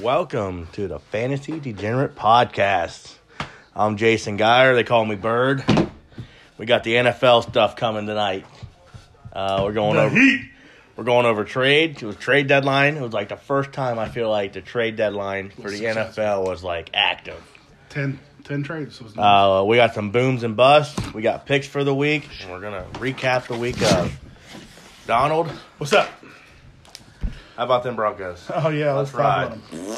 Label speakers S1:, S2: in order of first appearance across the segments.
S1: Welcome to the Fantasy Degenerate Podcast. I'm Jason Geyer. They call me Bird. We got the NFL stuff coming tonight. Uh, we're going over. We're going over trade. It was trade deadline. It was like the first time I feel like the trade deadline for the
S2: successful.
S1: NFL was like active.
S2: Ten, ten trades was nice.
S1: Uh, we got some booms and busts. We got picks for the week. And we're gonna recap the week of Donald.
S2: What's up?
S1: How about them Broncos?
S2: Oh yeah,
S1: Let's
S2: let's, talk about them.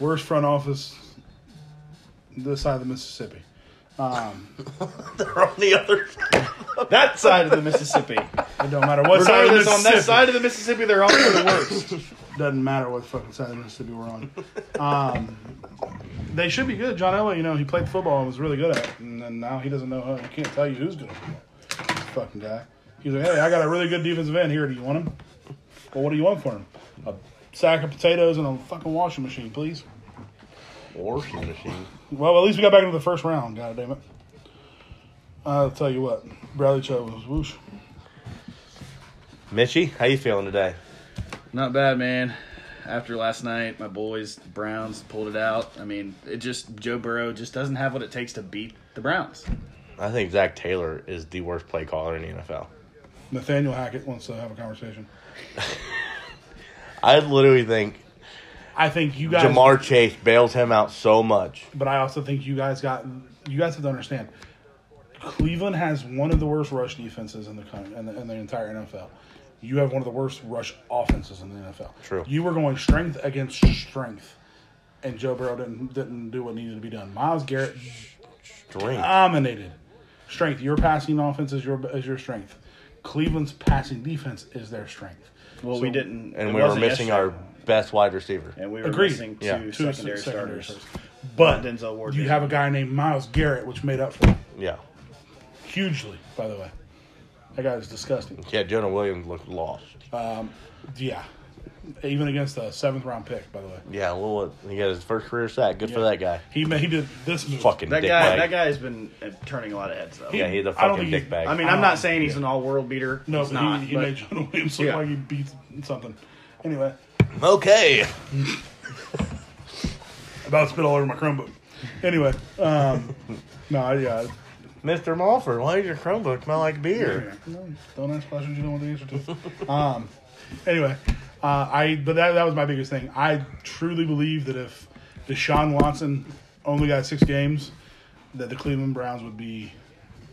S2: Worst front office this side of the Mississippi. Um,
S1: They're on the other side.
S3: that side of the Mississippi.
S2: it don't matter what side of the
S3: Regardless, on
S2: Mississippi.
S3: that side of the Mississippi, they're all the worst.
S2: Doesn't matter what fucking side of the Mississippi we're on. Um, they should be good. John Elway, you know, he played football and was really good at it, and then now he doesn't know how. He can't tell you who's good at football. Fucking guy. He's like, hey, I got a really good defensive end here. Do you want him? Well, what do you want for him? A sack of potatoes and a fucking washing machine, please.
S1: Washing machine.
S2: Well, at least we got back into the first round. God damn it! I'll tell you what, Bradley Chubb was whoosh.
S1: Mitchie, how you feeling today?
S3: Not bad, man. After last night, my boys, the Browns, pulled it out. I mean, it just Joe Burrow just doesn't have what it takes to beat the Browns.
S1: I think Zach Taylor is the worst play caller in the NFL.
S2: Nathaniel Hackett wants to have a conversation.
S1: I literally think
S2: I think you guys,
S1: Jamar Chase bails him out so much.
S2: but I also think you guys got. You guys have to understand. Cleveland has one of the worst rush defenses in the coun- in the, in the entire NFL. You have one of the worst rush offenses in the NFL.
S1: True.
S2: You were going strength against strength, and Joe Burrow didn't didn't do what needed to be done. Miles Garrett
S1: Drink.
S3: Uh,
S2: dominated. Strength. Your passing offense is your is your strength. Cleveland's passing defense is their strength.
S3: Well, we didn't,
S1: and
S3: it
S1: we were
S3: wasn't
S1: missing our
S3: yesterday.
S1: best wide receiver.
S3: and we were
S2: Agreed.
S3: missing two
S1: Yeah. Two
S3: secondary
S2: se-
S3: starters.
S2: But
S3: Denzel Ward
S2: you
S3: didn't.
S2: have a guy named Miles Garrett, which made up for it
S1: Yeah.
S2: hugely. By the way, that guy was disgusting.
S1: Yeah, Jonah Williams looked lost.
S3: Uh,
S2: Yeah, even against the seventh round pick. By the way,
S1: Yeah, a little, he got his first career sack. Good for that guy.
S2: he made, he did this move.
S1: Fucking
S3: That
S1: dick
S3: guy,
S1: bag.
S3: that guy has been uh, turning a lot of heads though.
S1: Yeah, he's a
S2: I
S1: fucking
S2: don't think he-
S1: dick bag.
S3: I mean, I'm not saying he's an all-world beater.
S2: No,
S3: he's
S2: but
S3: not.
S2: he, he
S3: Um, but-
S2: made John Williams look
S3: Yeah.
S2: like he beat something. Anyway,
S1: okay.
S2: about spit all over my Chromebook. Anyway, um, no, yeah,
S1: Mr. Mulford, why does your Chromebook smell like beer?
S2: No, Don't ask questions you don't want the answer to. um, anyway, uh, I but that that was my biggest thing. I truly believe that if Deshaun Watson only got six games, that the Cleveland Browns would be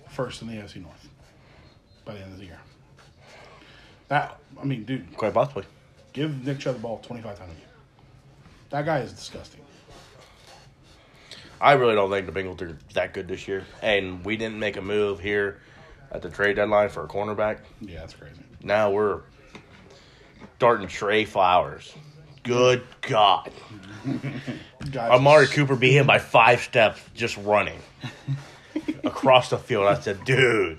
S2: first in the AFC North by the end of the year. That I mean, dude,
S1: Quite possibly.
S2: give Nick Chubb the ball twenty five times a game. That guy is disgusting.
S1: I really don't think the Bengals are that good this year. And we didn't make a move here at the trade deadline for a cornerback.
S2: Yeah, that's crazy.
S1: Now we're starting Trey Flowers. Good God.
S2: Guys,
S1: Amari Cooper beat him by five steps just running across the field. I said, dude,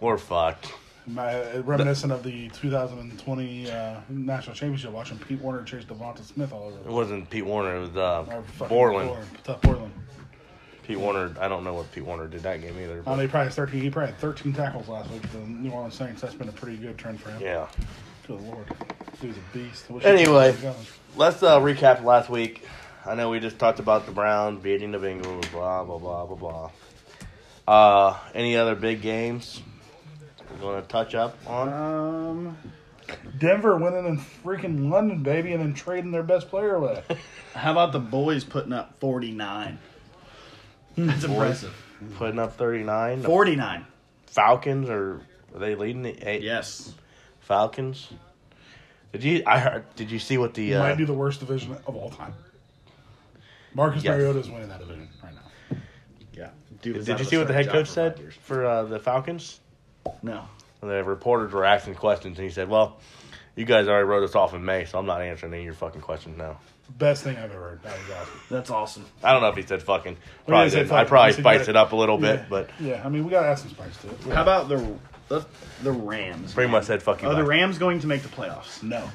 S1: we're fucked.
S2: My, uh, reminiscent of the 2020 uh, national championship, watching Pete Warner chase Devonta Smith all over.
S1: It wasn't Pete Warner, it was
S2: Or
S1: uh,
S2: fucking
S1: Borland.
S2: Tough Borland.
S1: Pete Warner, I don't know what Pete Warner did that game either.
S2: Uh,
S1: But
S2: they probably has 13. He probably had 13 tackles last week for the New Orleans Saints. That's been a pretty good trend for him.
S1: yeah.
S2: Good lord. He was a beast. I wish
S1: Anyway.
S2: he was going.
S1: Let's uh, recap last week. I know we just talked about the Browns beating the Bengals, blah, blah, blah, blah, blah. Uh, any other big games we're going to touch up on?
S3: Um,
S2: Denver winning in freaking London, baby, and then trading their best player away.
S3: how about the boys putting up 49? That's impressive.
S1: Putting up 39. The
S3: 49.
S1: Falcons are, are they leading the eight?
S3: Yes.
S1: Falcons. Did you? I heard. Did you see what the? Uh,
S2: Might be the worst division of all time. Marcus
S1: Yes.
S2: Mariota is winning that division right now.
S3: Yeah. Dude was
S1: did
S3: out
S1: you
S3: of
S1: see what the head
S3: starting
S1: coach
S3: job for
S1: said
S3: five years.
S1: for uh, the Falcons?
S3: No.
S1: The reporters were asking questions, and he said, "Well, you guys already wrote us off in May, so I'm not answering any of your fucking questions now."
S2: Best thing I've ever heard. That was awesome.
S3: That's awesome.
S1: I don't know if he said fucking.
S2: Well,
S1: Probably
S2: he said
S1: didn't. I
S2: fucking.
S1: probably
S2: He said you
S1: spiced
S2: gotta-
S1: it up a little
S2: yeah.
S1: bit, but
S2: Yeah, I mean, we got to add some spice to it.
S3: How about the the, the Rams?
S1: pretty much said fuck you.
S3: Are the
S1: bye.
S3: Rams going to make the playoffs?
S2: No.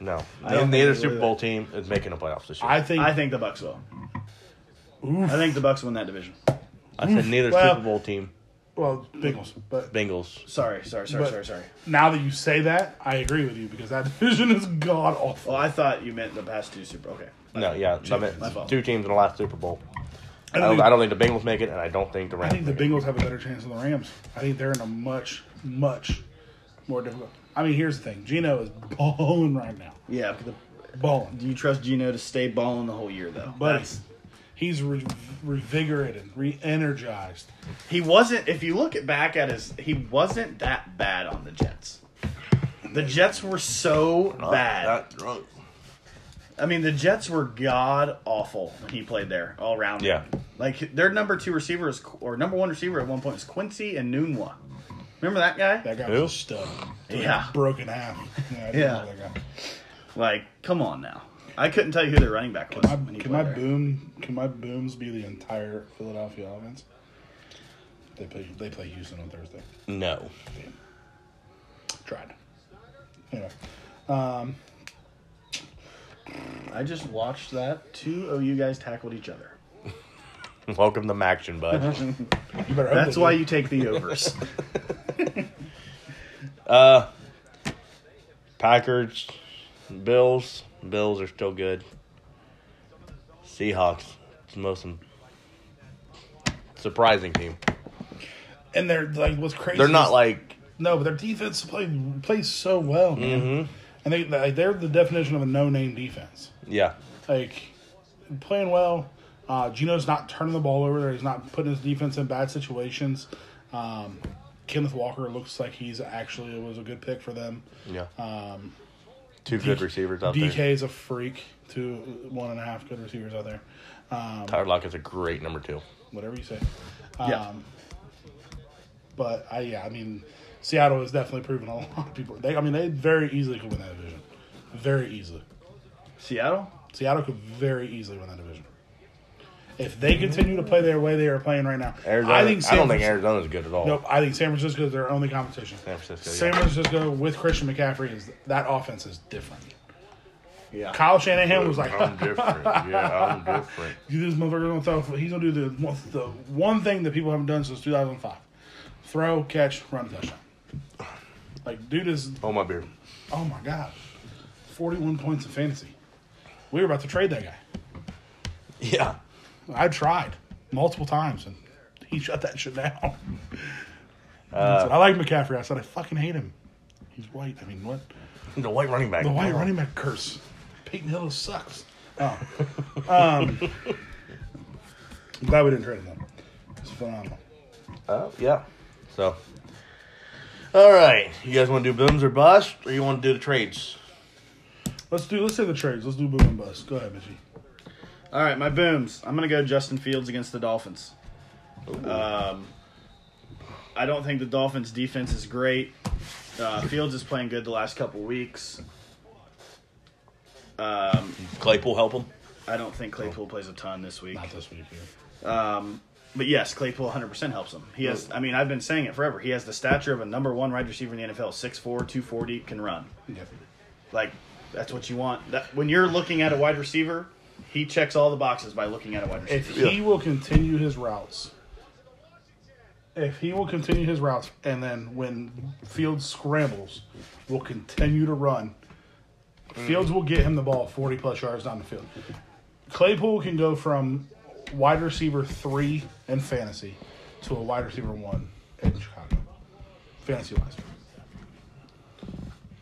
S1: No,
S3: I don't
S1: neither
S3: think
S1: Super
S3: they
S1: Bowl team is making the playoffs this year. I,
S2: I think.
S3: I think the Bucks will. I think the Bucks win that division.
S1: said neither
S2: Well-
S1: Super Bowl team.
S2: Well, Bengals, but
S1: Bengals.
S3: Sorry, sorry, sorry,
S2: But-
S3: sorry, sorry.
S2: now that you say that, I agree with you because that division is god awful.
S3: Well, I thought you meant the past two Super. Okay.
S1: No, yeah, I mean,
S3: my fault.
S1: two teams in the last Super Bowl. I
S2: don't
S1: don't,
S2: think-
S1: I don't think the Bengals make it, and I don't think the
S2: I
S1: Rams.
S2: think the
S1: make it.
S2: Bengals have a better chance than the Rams. I think they're in a much, much more difficult. I mean, here's the thing: Gino is balling right now,
S3: Yeah. but the-
S2: balling.
S3: Do you trust Gino to stay balling the whole year though?
S2: But
S3: That's-
S2: he's re- revigorated, re-energized.
S3: he wasn't. If you look at back at his, he wasn't that bad on the Jets. The Jets were so bad.
S1: Not drunk.
S3: I mean, the Jets were god awful when he played there all around.
S1: Yeah.
S3: Like their number two receiver is, or number one receiver at one point is Quincy and Nunwa. Remember that guy?
S2: That guy
S1: Who?
S2: was a stud.
S3: Yeah.
S2: broken half. Yeah, I didn't
S3: Yeah.
S2: know that guy.
S3: Like, come on now. I couldn't tell you who their running back was.
S2: My,
S3: when he
S2: can
S3: played
S2: my
S3: there.
S2: boom? Can my booms be the entire Philadelphia offense? They play. They play Houston on Thursday.
S1: No.
S2: Tried. Anyway,
S3: I just watched that. Two OU guys tackled each other.
S1: Welcome to Maction, bud.
S2: you better hope
S3: That's
S2: they
S3: why
S2: do.
S3: you take the overs.
S1: Packers, Bills. Bills are still good. Seahawks. It's the most im- surprising team.
S2: And they're like, what's crazy?
S1: They're
S2: is-
S1: not like
S2: No, but their defense played plays so well, man.
S1: Mm-hmm.
S2: And they like, they're the definition of a no name defense.
S1: yeah.
S2: Like playing well. Uh, Gino's not turning the ball over. He's not putting his defense in bad situations. Um, Kenneth Walker looks like he's actually was a good pick for them.
S1: Yeah. Um, Two good receivers out
S2: DK
S1: there.
S2: is a freak. Two, one and a half good receivers out there. Um,
S1: Tyler Lockett's a great number two.
S2: whatever you say. Um,
S3: Yeah.
S2: But I, yeah, I mean, Seattle has definitely proven a lot of people. They, I mean, they very easily could win that division. Very easily.
S3: Seattle?
S2: Seattle could very easily win that division. If they continue to play their way they are playing right now,
S1: Arizona, I,
S2: I think San
S1: don't think
S2: Francisco-
S1: Arizona's good at all.
S2: Nope, I think San Francisco is their only competition. San
S1: Francisco, yeah.
S2: San Francisco with Christian McCaffrey is that offense is different.
S3: Yeah.
S2: Kyle Shanahan was like,
S1: I'm different. Yeah, I'm different.
S2: this motherfucker gonna throw. He's gonna do the one, the one thing that people haven't done since 2005: throw, catch, run, touchdown. Like, dude is
S1: Oh my beer.
S2: oh my god, 41 points in fantasy. We were about to trade that guy.
S1: Yeah.
S2: I tried multiple times, and he shut that shit down. So I like McCaffrey. I said I fucking hate him. He's white. I mean, what?
S1: The white running back.
S2: The white running back curse. Peyton Hill sucks. Oh. Um, I'm glad we didn't trade him. though. It's phenomenal.
S1: Oh yeah. So. All right, you guys want to do booms or bust, or you want to do the trades?
S2: Let's do. Let's do the trades. Let's do boom and bust. Go ahead, Mitchie.
S3: All right, my booms. I'm going to go Justin Fields against the Dolphins. Um, I don't think the Dolphins' defense is great. Uh, Fields is playing good the last couple weeks. Um,
S1: Claypool help him.
S3: I don't think Claypool plays a ton this week.
S2: Not this week. Here.
S3: Um, but yes, Claypool 100% helps him. He has, I mean, I've been saying it forever. He has the stature of a number one wide receiver in the NFL 6'4, 240, can run.
S2: Yep.
S3: Like, that's what you want. That, when you're looking at a wide receiver, he checks all the boxes by looking at a wide receiver.
S2: If he will continue his routes, if he will continue his routes, and then when Fields scrambles, will continue to run. Fields
S3: Mm.
S2: will get him the ball forty plus yards down the field. Claypool can go from wide receiver three in fantasy to a wide receiver one in Chicago, fantasy wise.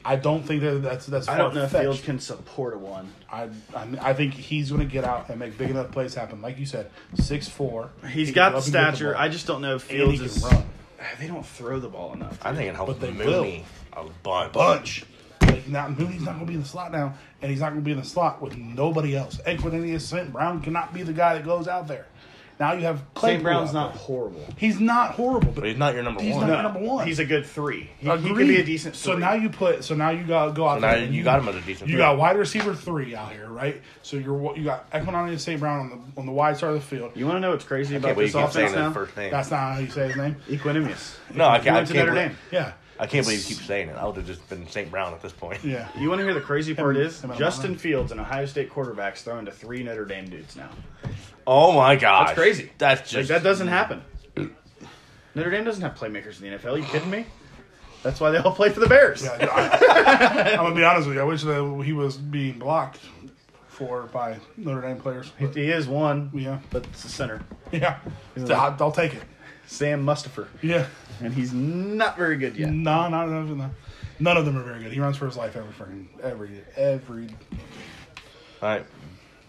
S2: I don't think that that's that's.
S3: I don't know if
S2: far-fetched.
S3: Fields can support a one.
S2: I, I I think he's going to get out and make big enough plays happen. Like you said, six four.
S3: He's got the stature. I just don't know if
S2: and he
S3: Fields
S2: can
S3: is.
S2: run
S3: They don't throw the ball enough.
S1: I think it helps
S2: But they
S1: Mooney a bunch.
S2: bunch. Like not Mooney's not going to be in the slot now, and he's not going to be in the slot with nobody else. Equinemius St. Brown cannot be the guy that goes out there. Now you have Claypool.
S3: St. Brown's
S2: out
S3: not
S2: there.
S3: horrible.
S2: He's not horrible, but
S1: But he's not your number
S2: He's
S1: one.
S2: not- number one.
S3: He's a good three. He, he
S2: Agreed.
S3: could be a decent.
S2: So
S3: three.
S2: now you put. So now you got go out
S1: now
S2: there.
S1: you
S2: and
S1: got him at a decent
S2: You
S1: three.
S2: got wide receiver three out here, right? So you're wa- you got Equinemius St. Brown on the on the wide side of the field.
S3: you want to know what's crazy
S1: I can't
S3: about
S1: believe
S3: this
S1: you keep saying
S3: offense
S1: that
S3: now?
S1: first name.
S2: That's not how you say his name.
S3: Equinemius.
S1: no, I
S3: He
S1: can't.
S3: went
S1: I
S3: to
S1: can't,
S3: Notre
S1: believe,
S3: Dame.
S2: Yeah,
S1: I can't believe you keep saying it. I would have just been St. Brown at this point.
S2: yeah.
S3: You want to hear the crazy part
S2: Him-
S3: is
S2: him and
S3: Justin
S2: Alana.
S3: Fields, an Ohio State quarterback's throwing to three Notre Dame dudes now.
S1: Oh my god,
S3: That's crazy.
S1: That's
S3: Like
S1: just
S3: that doesn't happen. Notre Dame doesn't have playmakers in the NFL. you kidding me? That's why they all play for the Bears.
S2: Yeah, I- I'm gonna be honest with you. I wish that he was being blocked for by Notre Dame players. but-
S3: He is one,
S2: yeah,
S3: but it's the center.
S2: yeah. I'll, I'll take it.
S3: Sam Mustafer.
S2: Yeah.
S3: And he's not very good yet.
S2: No, not none of them. None of them are very good. He runs for his life every freaking every every.
S1: All right.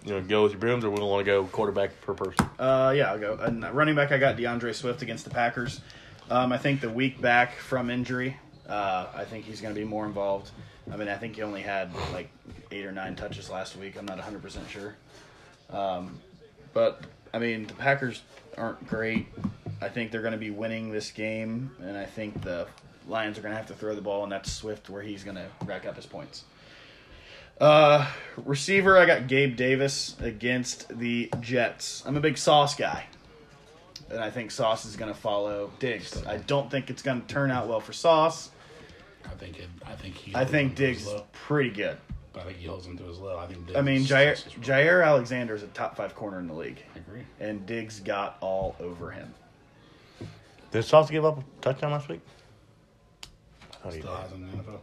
S1: You want to go with your brooms, or we want to go quarterback per person?
S3: Uh, yeah, I'll go. And running back, I got DeAndre Swift against the Packers. Um, I think the week back from injury, uh, I think he's going to be more involved. I mean, I think he only had like eight or nine touches last week. I'm not 100% sure. Um, but, I mean, the Packers aren't great. I think they're going to be winning this game, and I think the Lions are going to have to throw the ball, and that's Swift where he's going to rack up his points. Uh, receiver, I got Gabe Davis against the Jets. I'm a big Sauce guy, and I think Sauce is going to follow Diggs. I don't think it's going to turn out well for Sauce.
S4: I think it, I think he.
S3: I think Diggs
S4: Diggs.
S3: is pretty good.
S4: I think he holds him to his low. I think. Diggs
S3: I mean,
S4: is-
S3: Jair,
S4: is-
S3: Jair Alexander is a top five corner in the league,
S4: I agree.
S3: and Diggs got all over him.
S1: Did Sauce give up a touchdown last week? I thought he
S4: Still
S1: did.
S4: has him in the NFL.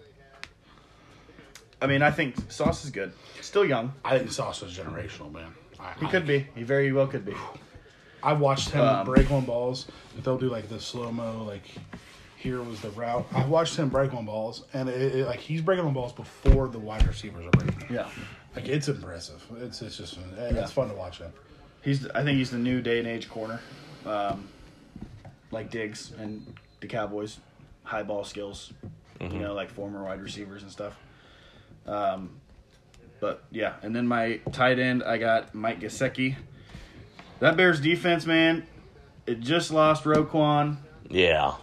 S3: I mean, I think Sauce is good. Still young.
S4: I think Sauce was generational, man. I,
S3: He
S4: I-
S3: could be. He very well could be.
S2: I've watched him
S3: Um,
S2: break one balls. But they'll do like the slow mo. Like here was the route. I've watched him break one balls, and it, it- like he's breaking one balls before the wide receivers are breaking. them.
S3: Yeah.
S2: Like it's impressive. It's it's just eh, it's
S3: Yeah.
S2: fun to watch him.
S3: He's. I think he's the new day and age corner, um, like Diggs and the Cowboys, high ball skills. You know, like former wide receivers and stuff. Um, but yeah, and then my tight end, I got Mike Gesicki. That Bears defense, man, it just lost Roquan.
S1: Yeah.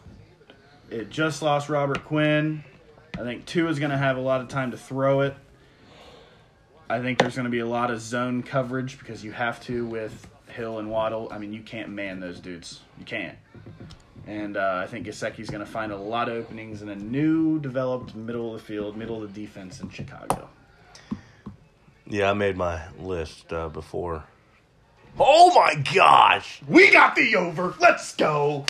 S3: It just lost Robert Quinn. I think two is going to have a lot of time to throw it. I think there's going to be a lot of zone coverage because you have to with Hill and Waddle. I mean, you can't man those dudes. You can't. And uh, I think Gasecki's going to find a lot of openings in a new developed middle of the field, middle of the defense in Chicago.
S1: Yeah, I made my list uh, before. Oh my gosh!
S3: We got the over. Let's go.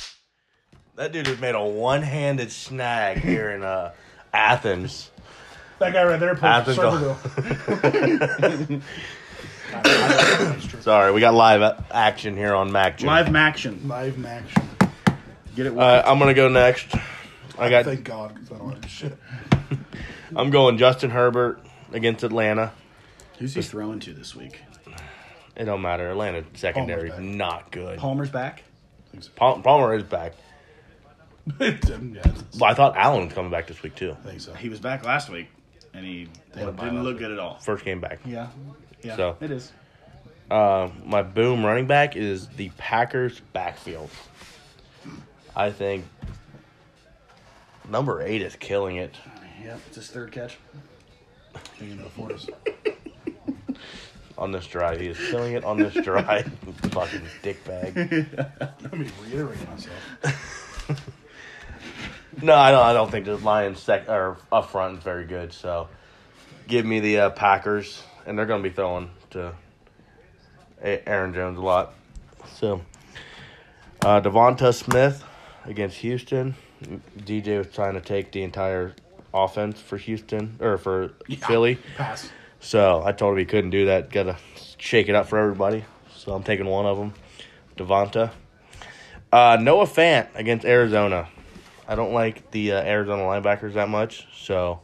S1: That dude just made a one-handed snag here in uh, Athens.
S2: That guy right there plays for
S1: Athens-
S2: Serverville.
S1: Sorry, we got live a- action here on Mac. Jr.
S3: Live action.
S2: Live match.
S3: Get it.
S1: Uh, I'm gonna go next. I got.
S2: Thank God, 'cause I don't like this shit.
S1: I'm going Justin Herbert against Atlanta.
S3: Who's he throwing to this week?
S1: It don't matter. Atlanta secondary
S2: back.
S1: not good.
S3: Palmer's back.
S1: Pal- Palmer is back.
S2: It's, um, yeah, it's-
S1: But I thought Allen was coming back this week too.
S2: I think so.
S3: He was back last week, and he
S4: had a bye
S3: didn't
S4: last
S3: look
S4: week.
S3: good at all.
S1: First game back.
S3: Yeah. Yeah.
S1: So-
S3: It is.
S1: Uh, my boom running back is the Packers backfield. I think number eight is killing it.
S3: Yep. It's his third catch.
S2: You know, for us.
S1: on this drive. He is killing it on this drive. Fucking dickbag.
S2: Let me reiterate myself.
S1: No, I don't. I don't think the Lions sec or up front is very good. So, give me the uh, Packers, and they're going to be throwing to A- Aaron Jones a lot. So, uh, Devonta Smith against Houston. DJ was trying to take the entire offense for Houston or for Philly.
S2: Pass.
S1: So I told him he couldn't do that. Got to shake it up for everybody. So I'm taking one of them, Devonta. Uh, Noah Fant against Arizona. I don't like the uh, Arizona linebackers that much. So,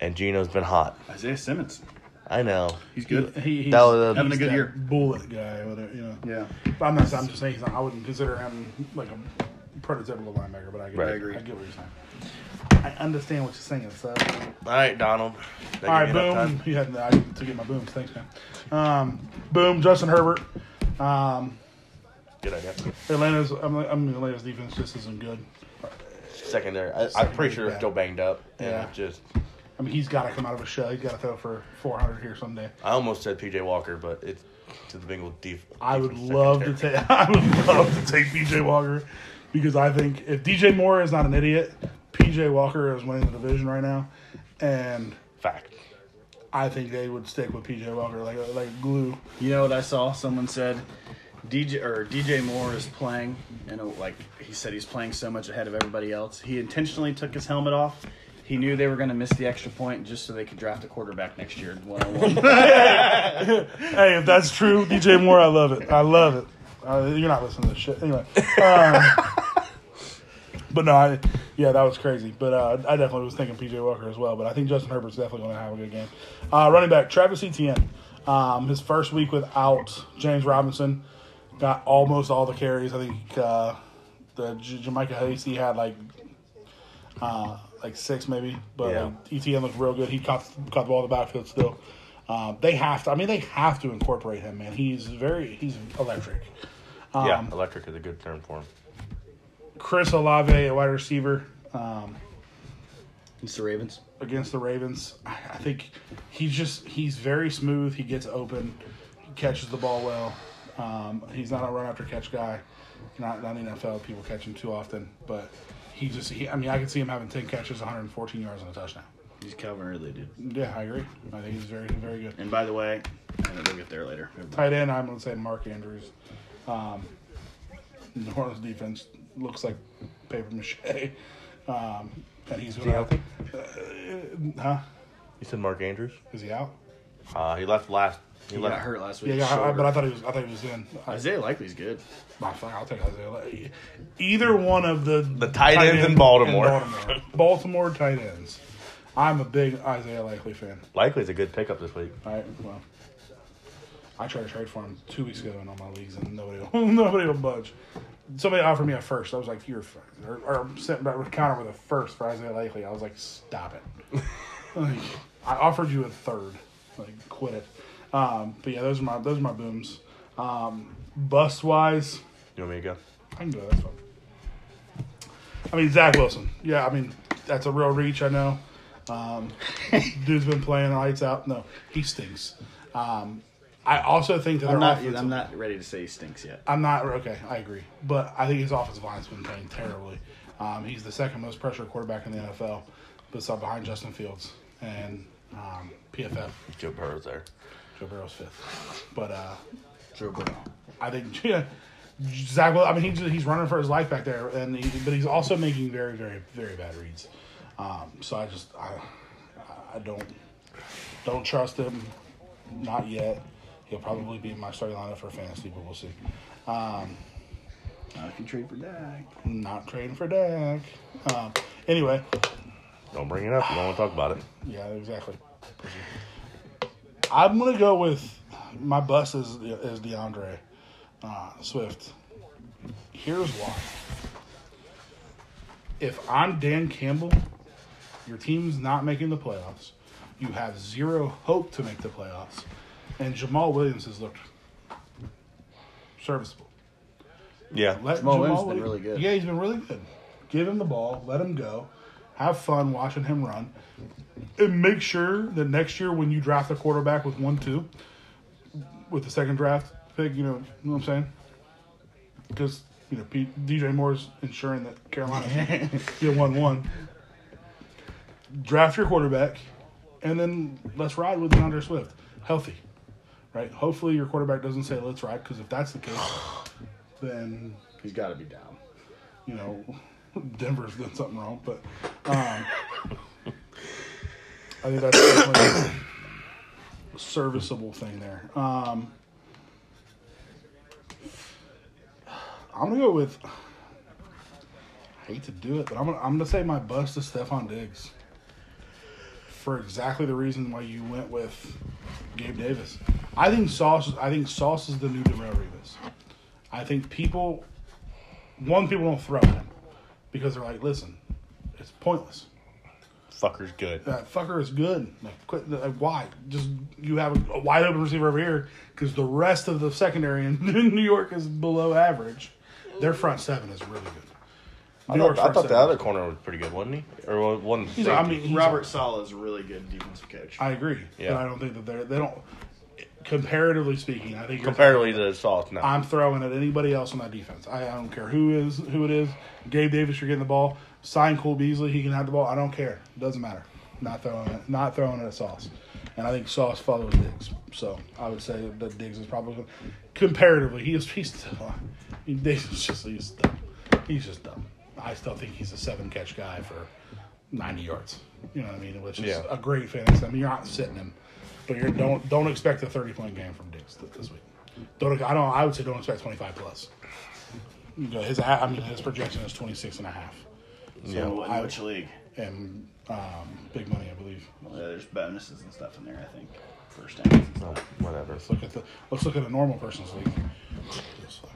S1: and Gino's been hot.
S3: Isaiah Simmons.
S1: I know.
S3: He's good.
S2: He, he's
S1: That was
S3: Having
S1: a,
S3: a good
S2: that
S3: year.
S2: Bullet guy, whatever, you know.
S3: Yeah.
S2: But I'm not. I'm just saying. He's not, I wouldn't consider him like a prototypical linebacker, but I, get,
S1: Right. I
S2: I
S3: agree.
S2: get what you're saying. I understand what you're saying. So,
S1: all right, Donald. That
S2: all right,
S1: gave me enough
S2: boom.
S1: time.
S2: You had I to get my booms. Thanks, man. Um, boom. Justin Herbert. Um,
S1: Good idea.
S2: Atlanta's. I'm, I'm Atlanta's defense just isn't good.
S1: Secondary. I, I'm pretty sure they're still banged up. And
S2: Yeah.
S1: it just,
S2: I mean, he's got to come out of a shell. He's got to throw for 400 here someday.
S1: I almost said PJ Walker, but it's to the Bengals def-
S2: I would
S1: defense
S2: love to
S1: secondary.
S2: take. I would love to take PJ Walker because I think if DJ Moore is not an idiot, PJ Walker is winning the division right now, and
S1: fact.
S2: I think they would stick with PJ Walker like like glue.
S3: You know what I saw? Someone said DJ or DJ Moore is playing, and like he said, he's playing so much ahead of everybody else. He intentionally took his helmet off. He knew they were going to miss the extra point just so they could draft a quarterback next year. One on one.
S2: Hey, if that's true, DJ Moore, I love it. I love it. Uh, you're not listening to this shit anyway. Uh, but no, I, yeah, that was crazy. But uh, I definitely was thinking PJ Walker as well. But I think Justin Herbert's definitely going to have a good game. Uh, running back Travis Etienne, um, his first week without James Robinson, got almost all the carries. I think uh, the J- Jamaica Hayes he had like uh, like six maybe. But
S1: Yeah.
S2: like, ETN looked real good. He caught caught the ball in the backfield still. Um, they have to. I mean, they have to incorporate him, man. He's very he's electric.
S1: yeah,
S2: Um,
S1: electric is a good term for him.
S2: Chris Olave, a wide receiver um,
S3: It's the Ravens.
S2: against the Ravens. I I think he's just he's very smooth. He gets open, he catches the ball well. Um, he's not a run after catch guy. Not not in the NFL people catch him too often, but he just he, I mean I can see him having ten catches, 114 yards and a touchdown.
S3: He's Calvin Ridley, dude.
S2: Yeah, I agree. I think he's very very good.
S3: And by the way, I know we'll get there later.
S2: Tight end, I'm going to say Mark Andrews. Um, New Orleans defense looks like paper mache. Um, and he's going
S1: healthy?
S2: to. uh, Huh?
S1: You said Mark Andrews?
S2: Is he out?
S1: Uh, he left last. He,
S3: He
S1: left.
S3: got hurt last week.
S2: Yeah, yeah I,
S3: Shoulder.
S2: but I thought he was. I thought he was in. I,
S3: Isaiah Likely's good.
S2: I, fuck, I'll take Isaiah. Like, Either one of the
S1: The tight ends in
S2: end
S1: Baltimore.
S2: Baltimore. Baltimore tight ends. I'm a big Isaiah Likely fan.
S1: Likely is a good pickup this week.
S2: All right, well, I tried to trade for him two weeks ago in all my leagues, and nobody, will, nobody will budge. Somebody offered me a first. I was like, "You're," first. or, or sent back with counter with a first for Isaiah Likely. I was like, "Stop it!" like, I offered you a third. Like, quit it. Um, but yeah, those are my those are my booms. Um, bust wise,
S1: You want me to go?
S2: I can go. That's fine. I mean, Zach Wilson. Yeah, I mean, that's a real reach. I know. Um, dude's been playing lights out. No, he stinks. Um, I also think that
S3: I'm
S2: their
S3: not.
S2: offensive-
S3: I'm not ready to say he stinks yet.
S2: I'm not okay. I agree, but I think his offensive line's been playing terribly. Um, he's the second most pressure quarterback in the NFL, beside behind Justin Fields and um, PFF.
S1: Joe Burrow's there.
S2: Joe Burrow's fifth, but uh,
S3: Joe Burrow.
S2: I think yeah, Zach. Will, I mean, he's he's running for his life back there, and he, but he's also making very, very, very bad reads. Um, so I just I, I don't don't trust him. Not yet. He'll probably be in my starting lineup for fantasy, but we'll see. Um,
S3: I can trade for Dak.
S2: not trading for Dak. Um, anyway,
S1: Don't bring it up. You don't want to talk about it.
S2: yeah, exactly. I'm gonna go with my bus is is DeAndre uh, Swift. Here's why. If I'm Dan Campbell, your team's not making the playoffs. You have zero hope to make the playoffs, and Jamal Williams has looked serviceable.
S1: Yeah.
S2: Let
S3: Jamal Williams been really good.
S2: Yeah, he's been really good. Give him the ball, let him go, have fun watching him run, and make sure that next year when you draft a quarterback with one two, with the second draft pick, you know, you know what I'm saying? Because you know P- DJ Moore's ensuring that Carolina get one one. Draft your quarterback, and then let's ride with DeAndre Swift, healthy, right? Hopefully your quarterback doesn't say let's ride because if that's the case, then
S3: He's got to be down.
S2: you know, Denver's done something wrong, but um, I think that's definitely a serviceable thing there. Um, I'm gonna go with. I hate to do it, but I'm gonna I'm gonna say my bust is Stephon Diggs for exactly the reason why you went with Gabe Davis. I think Sauce. I think Sauce is the new Darrell Revis. I think people one people don't throw him because they're like, listen, it's pointless.
S1: Fucker's good.
S2: That fucker is good. Like, quit, like why? Just you have a, a wide open receiver over here because the rest of the secondary in New York is below average. Their front seven is really good.
S1: I thought, I thought the other corner was pretty good, wasn't he? Or one.
S2: He's, I mean, he's-
S3: Robert Sala is a really good defensive coach.
S2: I agree.
S1: Yeah.
S2: But I don't think that they're they don't. Comparatively speaking, I think you're-
S1: comparatively to Salt, no.
S2: I'm throwing at anybody else on that defense. I, I don't care who is who it is. Gabe Davis, you're getting the ball. Sign Cole Beasley, he can have the ball. I don't care. Doesn't matter. Not throwing it. Not throwing it at Sauce. and I think Sauce follows Diggs. So I would say that Diggs is probably gonna- comparatively he is he's still he, Diggs is just he's dumb. He's just dumb. I still think he's a seven catch guy for ninety yards. You know what I mean? Which is
S1: Yeah.
S2: a great fantasy. I mean, you're not sitting him, but you're don't don't expect a thirty point game from Diggs th- this week. Don't I don't I would say don't expect twenty five plus. You know, his I mean his projection is 26 and a half. So
S3: What-
S2: I
S3: Which league?
S2: and um, big money, I believe.
S3: Well, yeah, there's bonuses and stuff in there. I think first downs and stuff.
S1: Oh, whatever.
S2: Let's look at the let's look at a normal person's league. Just like,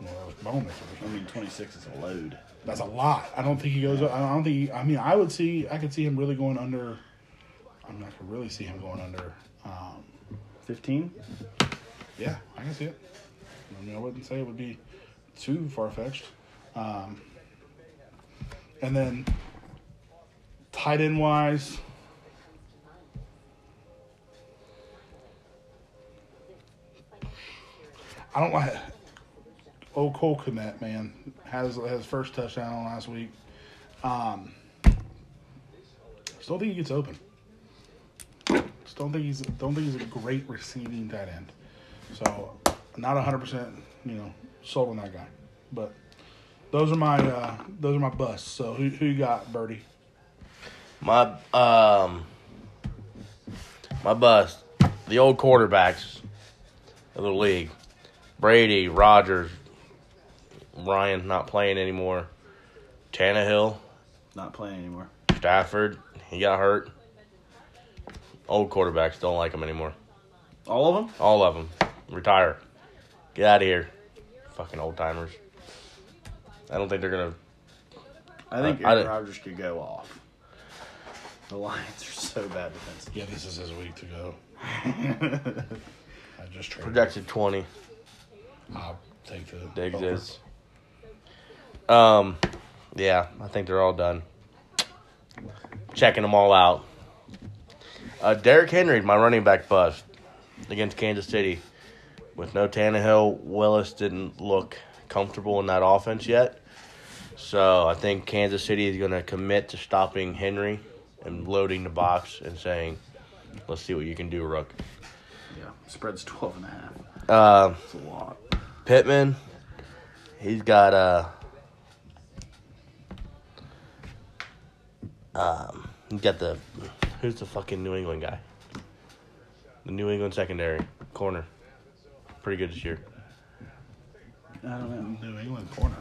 S2: you know, that was bonus or
S3: I
S2: something.
S3: mean, 26 is a load.
S2: That's a lot. I don't think he goes. I don't think. He, I mean, I would see. I could see him really going under. I mean, I could really see him going under. Um,
S3: 15?
S2: yeah, I can see it. I mean, I wouldn't say it would be too far fetched. Um, and then tight end wise, I don't like. Old Cole Komet, man, has his first touchdown last week. Um, still think he gets open. Just don't think he's don't think he's a great receiving tight end. So not hundred percent, you know, sold on that guy. But those are my uh, those are my busts. So who, who you got, Birdie?
S1: My um my bust. The old quarterbacks of the league. Brady, Rogers, Ryan not playing anymore. Tannehill,
S3: Not playing anymore.
S1: Stafford, he got hurt. Old quarterbacks don't like him anymore.
S3: All of them?
S1: All of them. Retire. Get out of here. Fucking old timers. I don't think they're going to
S3: I think
S1: I- I
S3: Aaron
S1: don't-
S3: Rodgers could go off. The Lions are so bad defensively.
S2: Yeah, this is his week to go. I just traded.
S1: projected 20.
S2: I'll take the
S1: They
S2: over.
S1: exist. Um, yeah, I think they're all done. Checking them all out. Uh, Derrick Henry, my running back bust against Kansas City. With no Tannehill, Willis didn't look comfortable in that offense yet. So I think Kansas City is going to commit to stopping Henry and loading the box and saying, let's see what you can do, Rook.
S3: Yeah. Spread's 12 and a half.
S1: Um,
S3: It's a lot.
S1: Pittman, he's got uh, um, he's got the who's the fucking New England guy? The New England secondary corner, pretty good this year.
S3: I don't know.
S2: New England corner.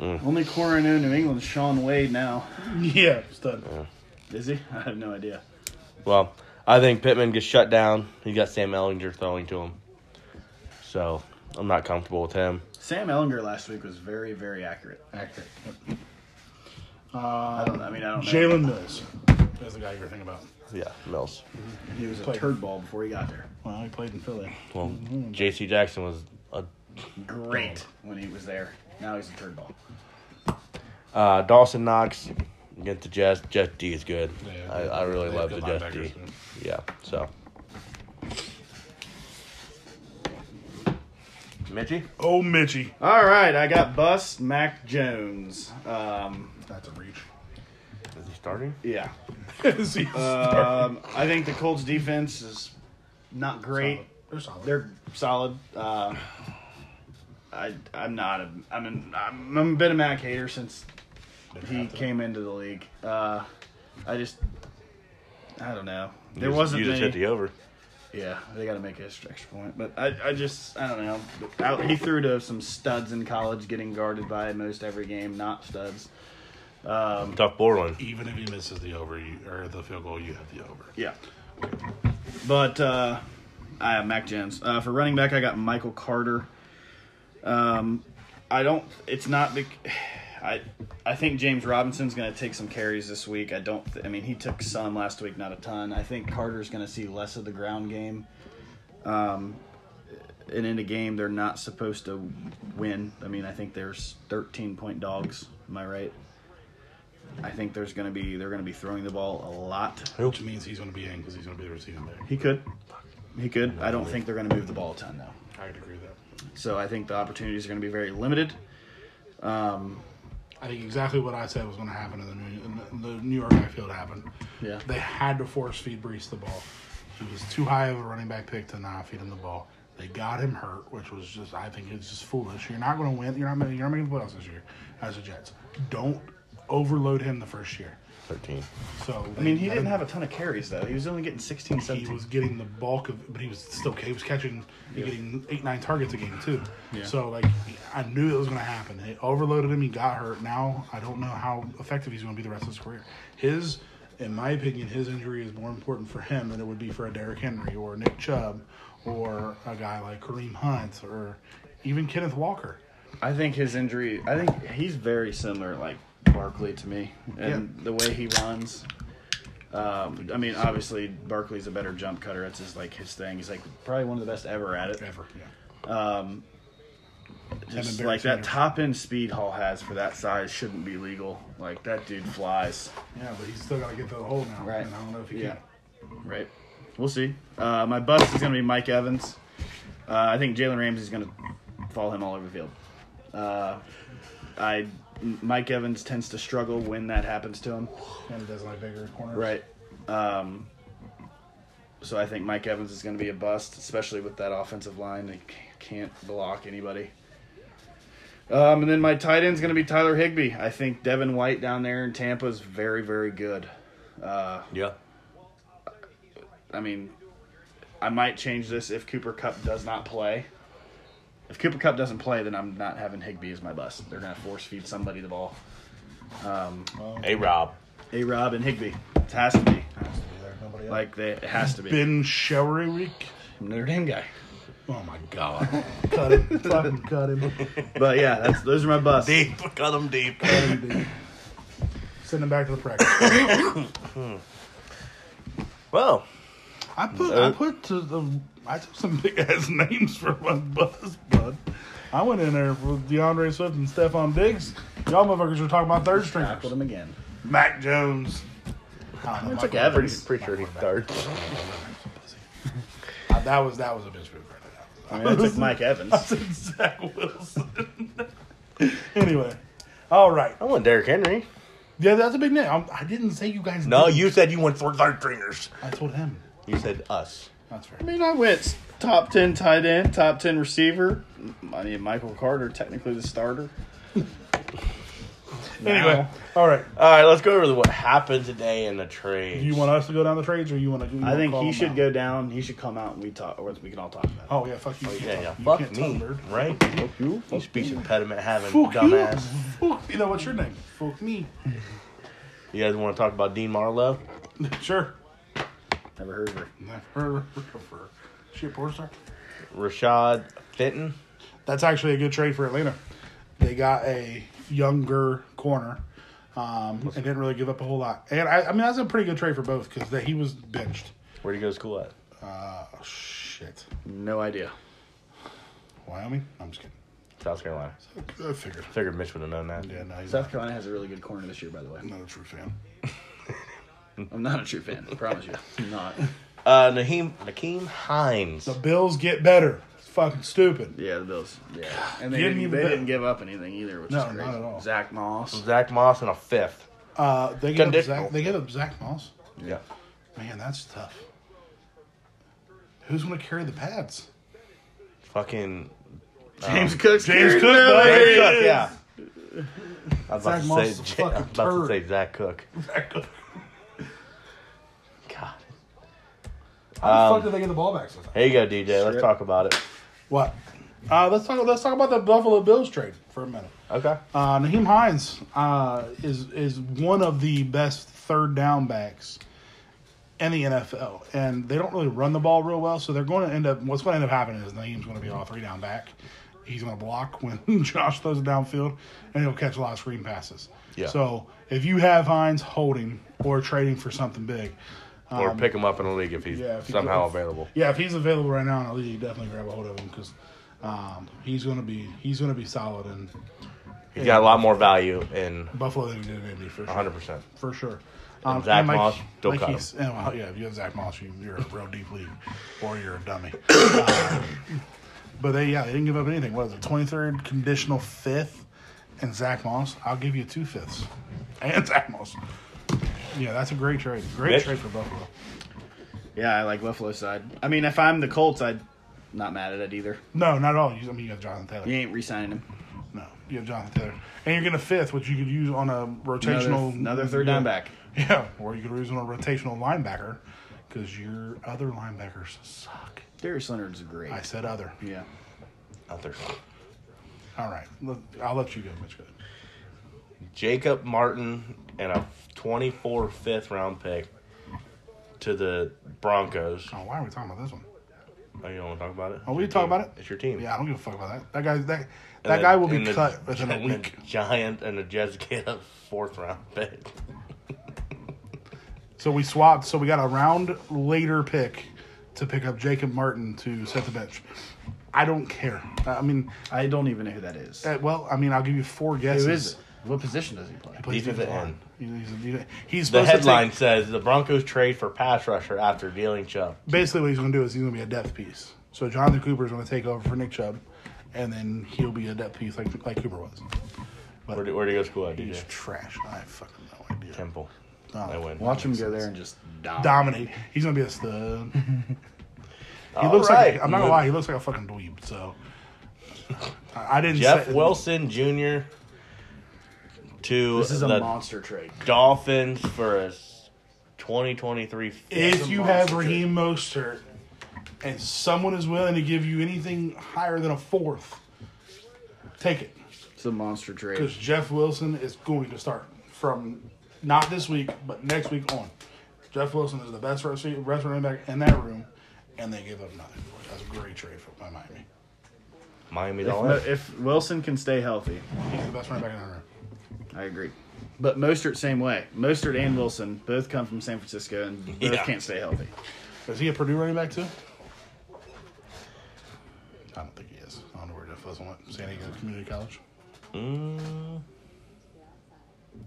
S3: Only corner I know in New England is Sean Wade now.
S2: Yeah, stud.
S3: Is he? I have no idea.
S1: Well, I think Pittman gets shut down. He got Sam Ellinger throwing to him, so I'm not comfortable with him.
S3: Sam Ellinger last week was very, very accurate.
S2: Accurate.
S3: I don't. I mean, I don't know.
S2: Jalen Mills. That's the guy you were thinking about.
S1: Yeah, Mills.
S3: He was a
S2: Played.
S3: turd ball before he got there.
S2: Well, he played in Philly.
S1: Well, J.C. Jackson was a
S3: Great when he was there. Now he's a turd ball.
S1: Uh, Dawson Knox against the Jets. Jets D is good.
S2: Yeah,
S1: I,
S2: they-
S1: I really
S2: they
S1: love the
S2: have good
S1: Jets D.
S2: linebackers, man.
S1: Yeah, so. Mitchy?
S2: Oh, Mitchie.
S3: All right, I got Bust Mac Jones. Um,
S2: That's a reach.
S1: Is he starting?
S3: yeah.
S2: Is he-
S3: Um, I think the Colts defense is not great.
S2: They're solid.
S3: They're solid. Uh, I I'm not a I'm an, I'm, I'm a bit of Mac hater since he came into the league. Uh, I just I don't know. There
S1: You just-
S3: wasn't
S1: You just
S3: many-
S1: hit the over.
S3: Yeah, they got to make an extra extra point. But I, I just, I don't know. Out, he threw to some studs in college, getting guarded by most every game, not studs. Um,
S1: Tough Borland.
S4: Even if he misses the over you, or the field goal, you have the over.
S3: yeah. But uh, I have Mac Jones. Uh, for running back, I got Michael Carter. Um, I don't. It's not. Bec- I I think James Robinson's going to take some carries this week. I don't. Th- I mean, he took some last week, not a ton. I think Carter's going to see less of the ground game. Um, and in a game they're not supposed to win. I mean, I think there's 13 point dogs. Am I right? I think there's going to be they're going to be throwing the ball a lot.
S4: Which means he's going to be in because he's going to be the receiving back.
S3: He could. He could. I don't think they're going to move the ball a ton though.
S4: I could agree with that.
S3: So I think the opportunities are going to be very limited. Um,
S2: I think exactly what I said was going to happen in the New, in the- the New York outfield happened.
S3: Yeah.
S2: They had to force feed Brees the ball. He was too high of a running back pick to not feed him the ball. They got him hurt, which was just I think it's just foolish. You're not going to win. You're not making. You're not making the playoffs this year as a Jets. Don't overload him the first year.
S1: 13.
S2: So
S3: I mean, he didn't have a ton of carries though. He was only getting 16, 17.
S2: He was getting the bulk of, but he was still he was catching, and getting eight nine targets a game too.
S3: Yeah.
S2: So like, I knew it was going to happen. It overloaded him. He got hurt. Now I don't know how effective he's going to be the rest of his career. His, in my opinion, his injury is more important for him than it would be for a Derrick Henry or Nick Chubb or a guy like Kareem Hunt or even Kenneth Walker.
S3: I think his injury. I think he's very similar, like Barkley to me, and the way he runs. Um, I mean, obviously Barkley's a better jump cutter. That's his like his thing. He's like probably one of the best ever at it.
S2: Ever. Yeah.
S3: Just
S2: Barry
S3: like that
S2: Sanders.
S3: top end speed Hall has for that size shouldn't be legal. Like that dude flies.
S2: Yeah, but he's still got to get to the hole now.
S3: Right.
S2: And I don't know if he
S3: Yeah.
S2: can.
S3: Right. We'll see. Uh, my bust is going to be Mike Evans. Uh, I think Jalen Ramsey's going to fall him all over the field. Uh, I Mike Evans tends to struggle when that happens to him.
S2: And he doesn't like bigger corners.
S3: Right. Um, so I think Mike Evans is going to be a bust, especially with that offensive line. They c- can't block anybody. Um, and then my tight end's going to be Tyler Higbee. I think Devin White down there in Tampa is very, very good. Uh,
S1: Yeah.
S3: I mean, I might change this if Cooper Cup does not play. If Cooper Cup doesn't play, then I'm not having Higbee as my bust. They're going to force feed somebody the ball.
S1: Hey, Rob.
S3: A Rob and Higbee. It has to
S2: Has to
S3: be.
S2: be there. Nobody else.
S3: Like, they, it has to be.
S2: Ben Showery week.
S3: Notre Dame guy.
S2: Oh my god. cut him. Fucking cut him.
S3: But yeah, that's those are my busts.
S1: Deep. Cut them deep.
S2: Cut him, dude. Send him back to the practice.
S1: Well,
S2: I put I put to the I took some big ass names for my buzz, bud. I went in there with DeAndre Swift and Stephon Diggs. Y'all motherfuckers were talking about third
S3: Tackled
S2: stringers.
S3: him again.
S2: Mac Jones.
S3: It's like
S1: I'm pretty,
S3: Evans.
S1: pretty sure he's third.
S2: Uh, that was that was a bitch move right there.
S3: I mean, it's like Mike Evans.
S2: That's Zach Wilson. anyway. All right.
S1: I want Derrick Henry.
S2: Yeah, that's a big name. I'm, I didn't say you guys.
S1: No,
S2: did.
S1: you said you went for third stringers.
S2: I told him.
S1: You said us.
S2: That's fair.
S3: I mean, I went s- top ten tight end, top ten receiver. I mean, Michael Carter technically the starter.
S2: Anyway, all right.
S1: All right, let's go over the, what happened today in the trade.
S2: Do you want us to go down the trades, or you want to?
S3: I think he should go down. He should come out and we talk, or we can all talk about
S2: Oh yeah, fuck you.
S1: Yeah, yeah.
S2: You
S1: Fuck
S2: can't tell,
S1: me,
S2: bird.
S1: right?
S3: it. You?
S1: You speech impediment having
S2: Fuck
S1: dumbass.
S2: you. Fuck you. know what's your name? Fuck me.
S1: You guys want to talk about Dean Marlowe?
S2: sure.
S3: Never heard of her.
S2: Shit, porn star.
S1: Rashad Fenton?
S2: That's actually a good trade for Atlanta. They got a younger corner. Um, and didn't really give up a whole lot. And I, I mean, that's a pretty good trade for both because he was benched.
S1: Where'd he go to school at?
S2: Uh, shit.
S3: No idea.
S2: Wyoming? I'm just
S1: South Carolina.
S2: kidding. I figured.
S1: Figured Mitch would have known that.
S2: Yeah, no, he's
S3: South Carolina has a really good corner this year, by the way.
S2: not a true fan. Mm-hmm.
S3: I'm not a true fan. I promise you. I'm not.
S1: Uh, Naheem, Nakeem Hines.
S2: The Bills get better. It's fucking stupid.
S3: Yeah, the Bills. Yeah, and they,
S2: Give
S3: didn't,
S2: me the
S3: they
S2: Bill-
S3: didn't give up anything either, which
S2: No,
S3: is crazy.
S2: not at all. Mm-hmm.
S3: Zach Moss.
S1: Zach Moss and a fifth.
S2: Uh, they give up
S1: Conditional.
S2: Zach. They give up Zach Moss.
S1: Yeah.
S2: Man, that's tough. Who's gonna carry the pads?
S1: Fucking.
S3: Uh, James Cook.
S2: James Cook, buddy.
S1: Zach Cook, yeah. I was,
S2: Zach
S1: about
S2: Moss
S1: to,
S2: is
S1: say,
S2: a
S1: J- I was
S2: fucking
S1: about to
S2: turd.
S1: say Zach Cook. God.
S2: How the fuck did they get the ball back so fast?
S1: Here you go, DJ. Let's
S3: Strip.
S1: talk about it.
S2: What? Uh, let's talk. Let's talk about the Buffalo Bills trade for a minute.
S1: Okay.
S2: Uh, Naheem Hines uh, is is one of the best third down backs in the NFL, and they don't really run the ball real well. So they're going to end up. What's going to end up happening is Naheem's going to be all three down back. He's going to block when Josh throws it downfield, and he'll catch a lot of screen passes.
S1: Yeah.
S2: So if you have Hines holding or trading for something big,
S1: or pick him up in the league if he's
S2: Um, yeah, if he-
S1: somehow
S2: if-
S1: available.
S2: yeah, if he's available right now in the league, definitely grab a hold of him because um, he's going to be he's going to be solid and
S1: He's got a lot more value in
S2: Buffalo than he did in NBA for
S1: 100%.
S2: sure. for sure. Um,
S1: And Zach Moss, don't cut
S2: he's- and, oh, well, yeah, if you have Zach Moss, you, you're a real deep league, or you're a dummy. Um, Uh, but they, yeah, they didn't give up anything. What is it, 23rd, conditional fifth, and Zach Moss, I'll give you two fifths and Zach Moss. Yeah, that's a great trade. Great
S1: Mitch?
S2: trade for Buffalo.
S3: Yeah, I like Buffalo side. I mean, if I'm the Colts, I'd not mad at it either.
S2: No, not at all. You, I mean, you have Jonathan Taylor.
S3: You ain't re-signing him.
S2: No, you have Jonathan Taylor, and you're getting a fifth, which you could use on a
S3: Another,
S2: rotational,
S3: another third down back.
S2: Yeah, or you could use on a rotational linebacker because your other linebackers suck.
S3: Darius Leonard's great.
S2: I said other.
S3: Yeah.
S1: Out there.
S2: All right, look, I'll let you go, Mitch. Good.
S1: Jacob Martin and a 24 fifth round pick to the Broncos.
S2: Oh, why are we talking about this one?
S1: Oh, you don't want to talk about it?
S2: Oh, we
S1: Your
S2: can talk
S1: team.
S2: about it.
S1: It's your team.
S2: Yeah, I don't give a fuck about that. That guy, that
S1: And
S2: that
S1: the-
S2: guy will be
S1: and the-
S2: cut within a
S1: and the
S2: week.
S1: Giant and the Jets get a fourth round pick.
S2: So we swapped. So we got a round later pick to pick up Jacob Martin to set the bench. I don't care. I mean,
S3: I don't even know who that is.
S2: eh, well, I mean, I'll give you four guesses.
S3: Who is it? What position does he play?
S2: But he's
S1: Defensive
S2: a-
S1: end.
S2: He's, a- he's, a- he's
S1: The
S2: supposed
S1: headline
S2: to take,
S1: says the Broncos trade for pass rusher after dealing Chubb.
S2: basically what he's going to do is he's going to be a depth piece. So Jonathan Cooper is going to take over for Nick Chubb, and then he'll be a depth piece like like Cooper was.
S1: Where do, where do you go to school at,
S2: He's
S1: DJ?
S2: trash. I have fucking no idea.
S1: Temple.
S2: Oh,
S1: I win.
S3: Watch him go there and just dominate.
S2: Dominate. He's going to be a stud. He
S1: All
S2: looks
S1: right.
S2: like I'm not gonna lie. He looks like a fucking dweeb. So I I didn't.
S1: Jeff
S2: say-
S1: Wilson Jr. to
S3: This is a
S1: the
S3: monster trade.
S1: Dolphins for a s- 2023 fifth.
S2: If you have Raheem Mostert and someone is willing to give you anything higher than a fourth, take it
S3: It's a monster trade.
S2: because Jeff Wilson is going to start from not this week but next week on. Jeff Wilson is the best wrestler best running back in that room, and they gave up nothing. for it. That's a great trade for by Miami.
S1: Miami
S3: If,
S1: Dolphins.
S3: if Wilson can stay healthy,
S2: He's the best running back in that room.
S3: I agree. But Mostert, same way. Mostert and Wilson both come from San Francisco and both
S1: Yeah.
S3: can't stay healthy.
S2: Is he a Purdue running back too? I don't think he is. I don't know where Jeff Wilson went. San Diego Community College.
S1: Mm.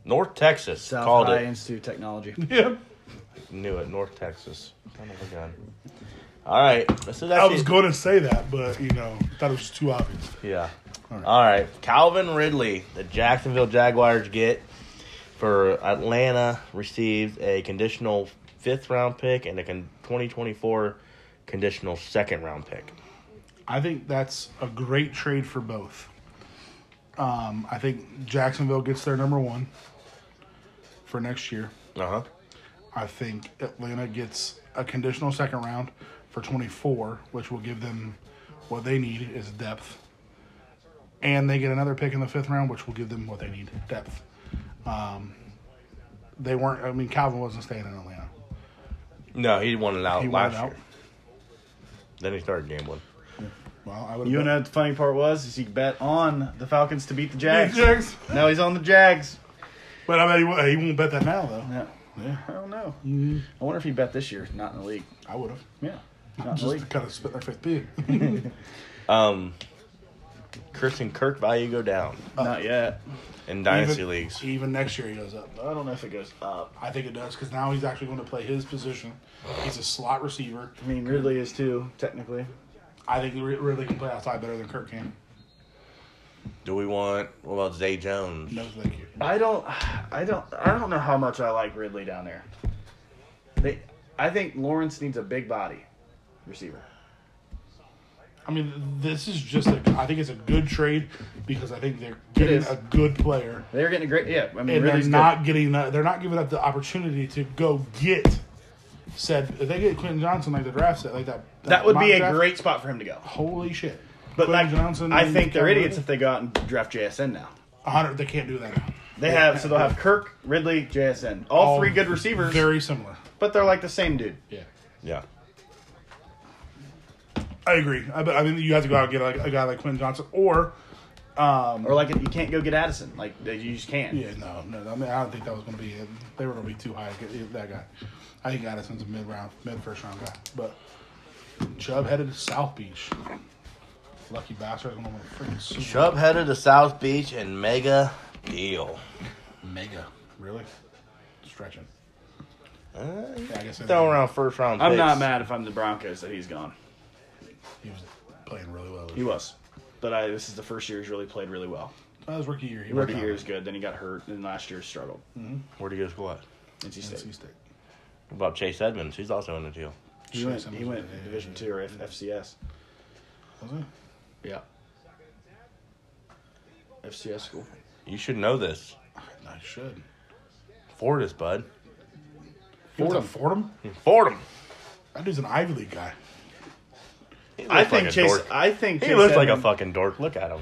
S1: North Texas
S3: South
S1: called
S3: High
S1: it.
S3: Institute of Technology.
S2: Yep.
S1: Knew it. North Texas. Son of a gun. All right. So that's
S2: I was going to say that, but you know, thought it was too obvious.
S1: Yeah. All
S2: All
S1: right.
S2: right.
S1: Calvin Ridley, the Jacksonville Jaguars get for Atlanta, received a conditional fifth round pick and a con- 2024 conditional second round pick.
S2: I think that's a great trade for both. Um, I think Jacksonville gets their number one for next year.
S1: Uh huh.
S2: I think Atlanta gets a conditional second round for 24, which will give them what they need is depth. And they get another pick in the fifth round, which will give them what they need depth. Um, they weren't, I mean, Calvin wasn't staying in Atlanta.
S1: No, he wanted out
S2: He
S1: last
S2: wanted out.
S1: year. Then he started gambling.
S2: Well, I would
S3: You know what the funny part was is he bet on the Falcons to beat the
S2: bet-
S3: Jags. Now he's on the Jags.
S2: But I bet he won't, he won't bet that now, though.
S3: Yeah.
S2: Yeah,
S3: I don't know. I wonder if he bet this year. Not in the league.
S2: I would have.
S3: Yeah. Not in the
S2: Just to
S3: league.
S2: kind of spit their fifth pig.
S1: Um, Christian Kirk value go down
S3: Not yet.
S1: in dynasty
S2: even,
S1: leagues.
S2: Even next year, he goes up.
S3: I don't know if it goes up.
S2: I think it does because now he's actually going to play his position. He's a slot receiver.
S3: I mean, Ridley is too, technically.
S2: I think Rid- Ridley can play outside better than Kirk can.
S1: Do we want what about Zay Jones?
S2: No, thank you.
S3: I don't, I don't, I don't know how much I like Ridley down there. They, I think Lawrence needs a big body receiver.
S2: I mean, this is just. A, I think it's a good trade because I think they're getting
S3: is.
S2: a good player,
S3: They're getting a great, yeah. I mean,
S2: and
S3: Ridley's
S2: they're
S3: good.
S2: not getting. uh they're not giving up the opportunity to go get said. If they get Quentin Johnson like the draft set, like that.
S3: That would be
S2: mock
S3: a
S2: draft,
S3: great spot for him to go.
S2: Holy shit!
S3: But
S2: Quentin
S3: like, I
S2: and
S3: think they're
S2: Calvin
S3: idiots
S2: Ridley?
S3: if they go out and draft JSN now.
S2: A hundred. They can't do that. Now.
S3: They have, so they'll have Kirk, Ridley, JSN, all,
S2: All
S3: three good receivers,
S2: Very similar.
S3: but they're like the same dude.
S2: Yeah.
S1: Yeah.
S2: I agree. I, but I mean, you have to go out and get like a guy like Quentin Johnson, or
S3: Um, Or like, you can't go get Addison. Like, they- you just can't.
S2: yeah, no, no. I mean, I don't think that was going to be. It. They were going to be too high. to Get that guy. I think Addison's a mid round, mid first round guy. But Chubb headed to South Beach. Lucky bastard, I'm going to freaking Super Bowl.
S1: Chubb headed to South Beach and mega deal.
S2: mega. Really? Stretching.
S1: Uh,
S2: Yeah, I guess it-
S1: throw around first round.
S3: I'm
S1: picks.
S3: not mad if I'm the Broncos that he's gone.
S2: He was playing really well.
S3: He was, but I, this is the first year he's really played really well.
S2: That was rookie year. He
S3: Rookie
S2: worked
S3: year
S2: out.
S3: is good. Then he got hurt, and last year struggled.
S1: Where do you go to what?
S3: NC State.
S2: NC Mm. State.
S1: What about Chase Edmonds? He's also in the deal.
S3: He went.
S2: Chase
S3: He
S2: Edmonds.
S3: went to Division Two or F-
S2: Was
S3: FCS.
S2: it?
S3: Yeah. FCS school.
S1: You should know this.
S2: I should.
S1: Fortis, bud.
S2: Fordham. Fordham?
S1: Fordham.
S2: That dude's an Ivy League guy.
S1: He looks
S3: I think
S1: like a
S3: Chase.
S1: dork.
S3: I think
S1: He
S3: Chase
S1: looks like a
S3: Edmonds-
S1: fucking dork. Look at him.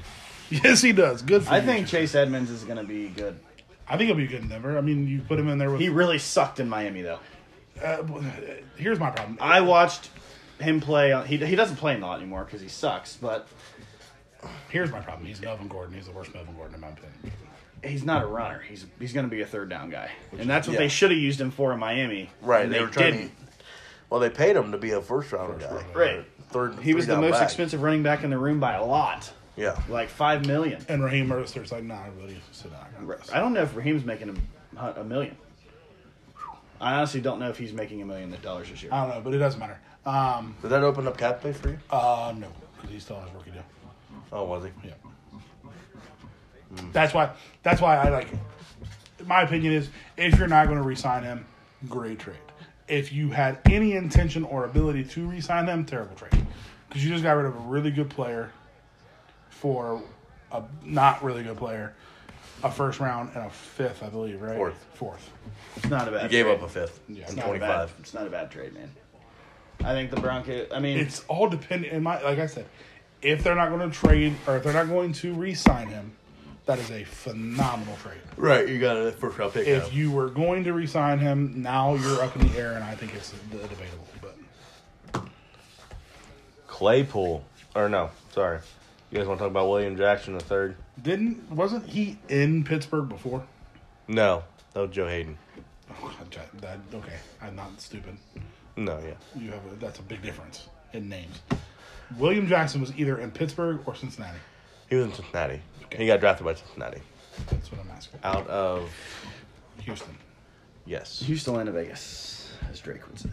S2: Yes, he does. Good for
S3: I
S2: you.
S3: think Chase Edmonds is gonna be good.
S2: I think he'll be good in Denver. I mean, you put him in there with.
S3: He really sucked in Miami though.
S2: uh, here's my problem.
S3: I watched him play. On, he he doesn't play in the lot anymore because he sucks, but
S2: Here's my problem. He's Melvin Gordon. He's the worst Melvin Gordon in my opinion.
S3: he's not a runner. He's he's gonna be a third down guy,
S2: is-
S3: and that's what
S1: yeah.
S3: they should have used him for in Miami. and they, didn't.
S1: well, they paid him to be a first rounder guy.
S2: rounder.
S3: Right.
S1: Third.
S3: He was the
S1: three-down
S3: most
S1: back.
S3: expensive running back in the room by a lot,
S1: Yeah.
S3: like five million.
S2: And Raheem Mercer's like, nah, really, sit down. I got this.
S3: I don't know if Raheem's making a, a million. I honestly don't know if he's making a million dollars this year.
S2: I don't know, but it doesn't matter. Um,
S1: Did that open up cap pay for you?
S2: uh, no, because he still has rookie deal.
S1: Oh, was he?
S2: Yeah. That's why. That's why I like. My opinion is, if you're not going to re-sign him, great trade. If you had any intention or ability to re-sign him, terrible trade, because you just got rid of a really good player for a not really good player, a first round and a fifth, I believe, right?
S1: Fourth.
S2: Fourth.
S3: It's not a bad.
S1: He gave
S3: trade.
S1: up a fifth.
S2: Yeah.
S1: Yeah.
S2: It's
S3: It's not a bad.
S1: 25.
S3: It's not a bad trade, man. I think the Broncos. I mean,
S2: It's all dependent. In my, like I said, if they're not going to trade or if they're not going to re-sign him, that is a phenomenal trade.
S1: Right. You got a first round pick.
S2: If
S1: now.
S2: you were going to resign him, now you're up in the air, and I think it's the debatable. But
S1: Claypool. Or no, sorry. You guys want to talk about William Jackson the third?
S2: didn't wasn't he in Pittsburgh before?
S1: No, that was Joe Hayden.
S2: Oh, God, Ja- that, okay, I'm not stupid.
S1: No, yeah.
S2: You have a, that's a big difference in names. William Jackson was either in Pittsburgh or Cincinnati.
S1: He was in Cincinnati.
S2: Okay.
S1: He got drafted by Cincinnati.
S2: That's what I'm asking.
S1: Out of
S2: Houston.
S1: yes.
S3: Houston went to Vegas, as Drake would say.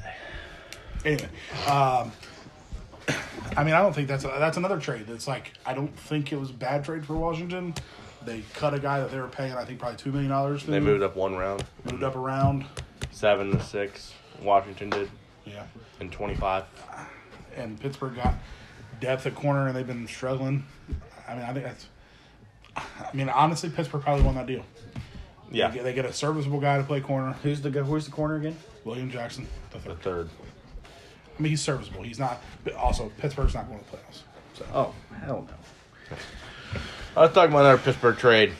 S2: Anyway, um, I mean, I don't think that's a, that's another trade. That's like I don't think it was a bad trade for Washington. They cut a guy that they were paying, I think, probably two million dollars.
S1: They moved up one round,
S2: moved up around.
S1: seven to six. Washington did
S2: Yeah.
S1: in twenty five.
S2: and Pittsburgh got depth at corner and they've been struggling. I mean, I think that's. I mean, honestly, Pittsburgh probably won that deal.
S1: Yeah,
S2: They get, they get a serviceable guy to play corner,
S3: Who's the go- Who's the corner again?
S2: William Jackson. The
S1: the
S2: third.
S1: third.
S2: I mean, he's serviceable. He's not. But also, Pittsburgh's not going to the playoffs. So
S3: Oh hell no.
S1: Let's talk about another Pittsburgh trade.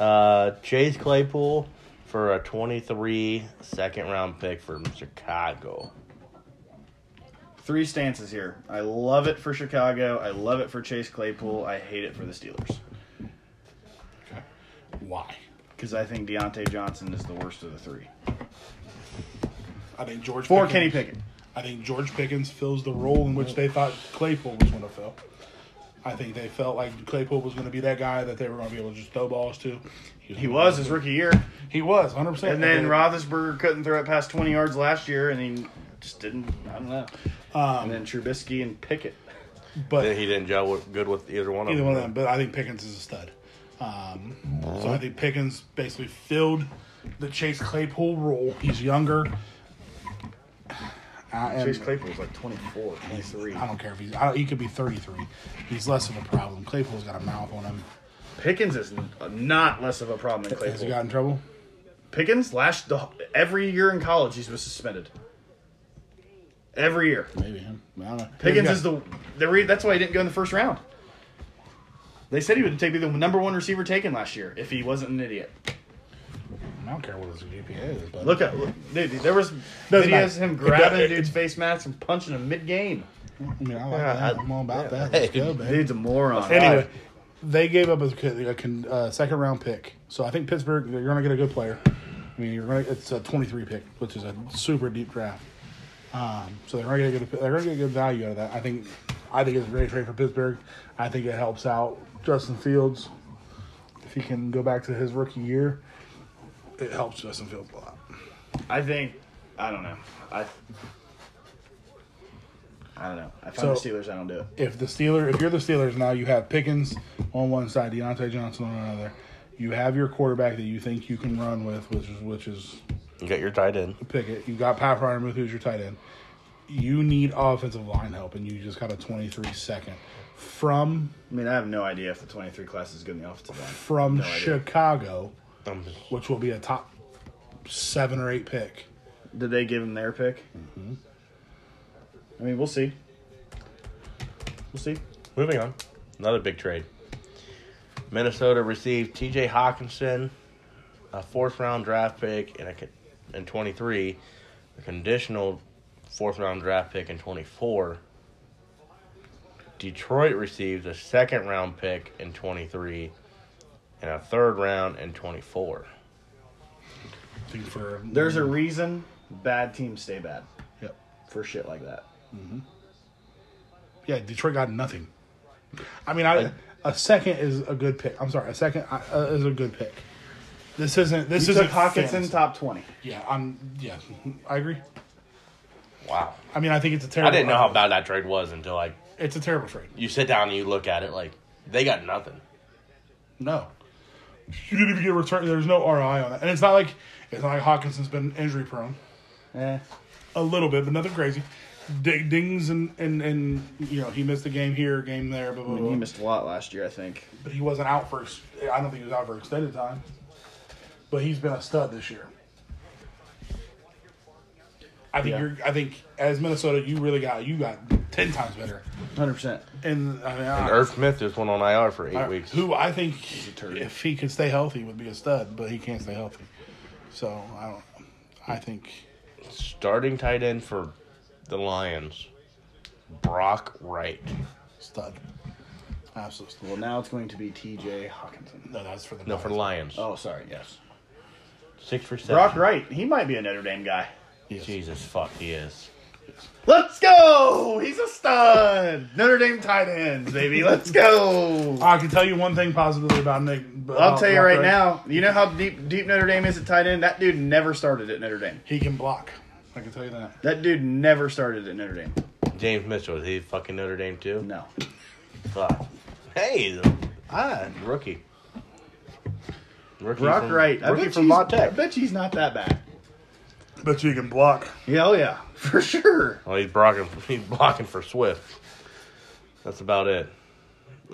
S1: Uh, Chase Claypool for a 23 second round pick from Chicago.
S3: Three stances here. I love it for Chicago. I love it for Chase Claypool. I hate it for the Steelers
S2: okay. why?
S3: because I think Deontay Johnson is the worst of the three.
S2: I think George
S3: For
S2: Pickens-
S3: Kenny Pickett.
S2: I think George Pickens fills the role in which they thought Claypool was going to fill. I think they felt like Claypool was going to be that guy that they were going to be able to just throw balls to.
S3: He was his rookie year,
S2: He was 100. percent
S3: and then Roethlisberger couldn't throw it past twenty yards last year, and he just didn't. I don't know. and then Trubisky and Pickett.
S2: but
S1: He didn't gel with- good with either one of
S2: either
S1: them.
S2: one of them. But I think Pickens is a stud. Um, so I think Pickens basically filled the Chase Claypool role. He's younger. I, am-
S3: Chase Claypool's like 24, 23.
S2: I don't care if he's. I don't, he could be 33. He's less of a problem. Claypool's got a mouth on him.
S3: Pickens is n- uh, not less of a problem than
S2: Has he
S3: Claypool.
S2: got in trouble?
S3: Pickens last the, every year in college he was suspended. Every year.
S2: Maybe him. I don't know.
S3: Pickens
S2: He's
S3: is the the re- that's why he didn't go in the first round. They said he would take be the number one receiver taken last year if he wasn't an idiot.
S2: got- I don't care what his GPA is. But
S3: Look at look, dude, there was
S2: Doesn't
S3: videos of
S2: matter.
S3: him grabbing a dude's face mask and punching him mid game.
S2: I mean, I like
S1: Yeah,
S2: that.
S1: I-
S2: I'm all about
S1: yeah.
S2: that. Let's go, baby.
S3: Dude's a moron.
S2: Anyway, they gave up a, co- a con- uh, second round pick, so I think Pittsburgh you're going to get a good player. I mean, you're going to it's a 23 pick, which is a super deep draft. Um, so they're going to get a good, they're going to get good value out of that. I think I think it's a great trade for Pittsburgh. I think it helps out Justin Fields if he can go back to his rookie year. It helps Justin Fields a lot.
S3: I think I don't know. I I don't know. I
S2: So-
S3: find the Steelers, I don't do it.
S2: if the Steeler, if you're the Steelers now, you have Pickens on one side, Deontay Johnson on another. You have your quarterback that you think you can run with, which is which is
S1: You got your tight end.
S2: Pickett. You got Pat Fryermuth, who's your tight end. You need offensive line help, and you just got a 23 second from
S3: I mean, I have no idea if the 23 class is good in the offensive line.
S2: from
S3: No idea.
S2: Chicago,
S1: I'm just-
S2: which will be a top seven or eight pick.
S3: Did they give him their pick? I mean, we'll see. We'll see.
S1: Moving on. Another big trade. Minnesota received TJ Hawkinson, a fourth round draft pick in a con- in 23, a conditional fourth round draft pick in 24. Detroit received a second round pick in 23 and a third round in 24.
S2: I think for
S3: There's a reason bad teams stay bad
S2: Yep.
S3: for shit like that.
S2: yeah, Detroit got nothing. I mean, I, a second is a good pick. I'm sorry, a second uh, is a good pick. This isn't this
S3: You
S2: isn't
S3: took Hawkinson
S2: fantasy.
S3: top 20.
S2: Yeah, I'm. Yeah, I agree.
S1: Wow.
S2: I mean, I think it's a terrible.
S1: I didn't know how bad that trade was until like
S2: it's a terrible trade.
S1: you sit down and you look at it like they got nothing.
S2: No, you didn't even get a return. There's no RI on that, and it's not like it's not like Hawkinson's been injury prone.
S3: Eh.
S2: a little bit, but nothing crazy. D- dings and, and and you know he missed a game here, game there, blah, blah,
S3: I mean, he
S2: blah.
S3: missed a lot last year, I think.
S2: But he wasn't out for. ex- I don't think he was out for extended time. But he's been a stud this year. I think
S3: Yeah.
S2: you're. I think as Minnesota, you really got you got ten times better.
S3: 100%.
S2: And I mean,
S1: And
S2: I,
S1: Irv Smith just went on IR for eight
S2: I-
S1: weeks.
S2: who I think
S3: turd.
S2: if he could stay healthy would be a stud, but he can't stay healthy. So I don't. I think
S1: starting tight end for the Lions, Brock Wright.
S2: stud. Absolute stud.
S3: Well, now it's going to be TJ Hawkinson.
S2: No, that's for the
S1: No, for the Lions.
S3: Oh, sorry. Yes.
S1: Six for seven.
S3: Brock Wright. He might be a Notre Dame guy.
S2: Yes.
S1: Jesus fuck, he is.
S3: Let's go! He's a stud! Notre Dame tight ends, baby. Let's go!
S2: I can tell you one thing positively about Nick.
S3: I'll
S2: about
S3: tell you
S2: Brock
S3: right
S2: Wright.
S3: now, you know how deep deep Notre Dame is at tight end? That dude never started at Notre Dame.
S2: he can block. I can tell you that.
S3: That dude never started at Notre Dame.
S1: James Mitchell, is he fucking Notre Dame too?
S3: No.
S1: Fuck. Hey, he's a- ah, rookie. Rookie
S3: Brock
S1: from,
S3: Wright. I
S1: Rookie
S3: bet,
S1: from
S3: from
S1: Mont
S3: I
S1: Tech.
S3: bet he's not that bad.
S2: But you can block.
S3: Hell yeah. For sure.
S1: Well, Oh, he's blocking, he's blocking for Swift. That's about it.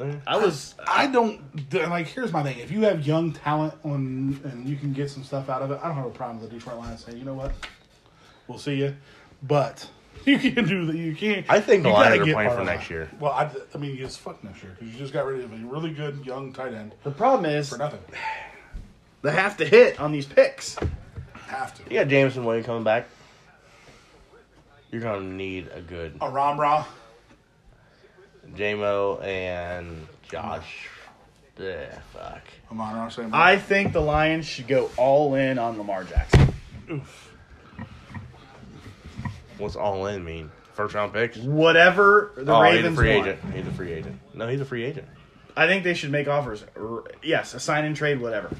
S1: Eh,
S3: I was
S2: I don't d- like. Here's my thing: if you have young talent on and you can get some stuff out of it, I don't have a problem with the Detroit Lions saying, "You know what, we'll see you," but you can do that. You can't.
S1: I think the
S2: you gotta
S1: Lions are
S2: get
S1: playing
S2: part
S1: for
S2: of
S1: next
S2: that.
S1: year.
S2: Well, I, I mean, it's fuck next year because you just got rid of a really good young tight end
S3: the problem is
S2: for nothing.
S3: they have to hit on these picks.
S2: Have to.
S1: You got Jameson Williams coming back. You're going to need a good
S2: A Ram Ra.
S1: JMO and Josh. Yeah, fuck.
S2: Amon Ra. St. Brown.
S3: I think the Lions should go all in on Lamar Jackson.
S2: Oof.
S1: What's all in mean? First round picks?
S3: Whatever the
S1: oh, he's a
S3: Ravens
S1: free
S3: want.
S1: agent. He's a free agent. No, he's a free agent.
S3: I think they should make offers. R- Yes, a sign and trade, whatever.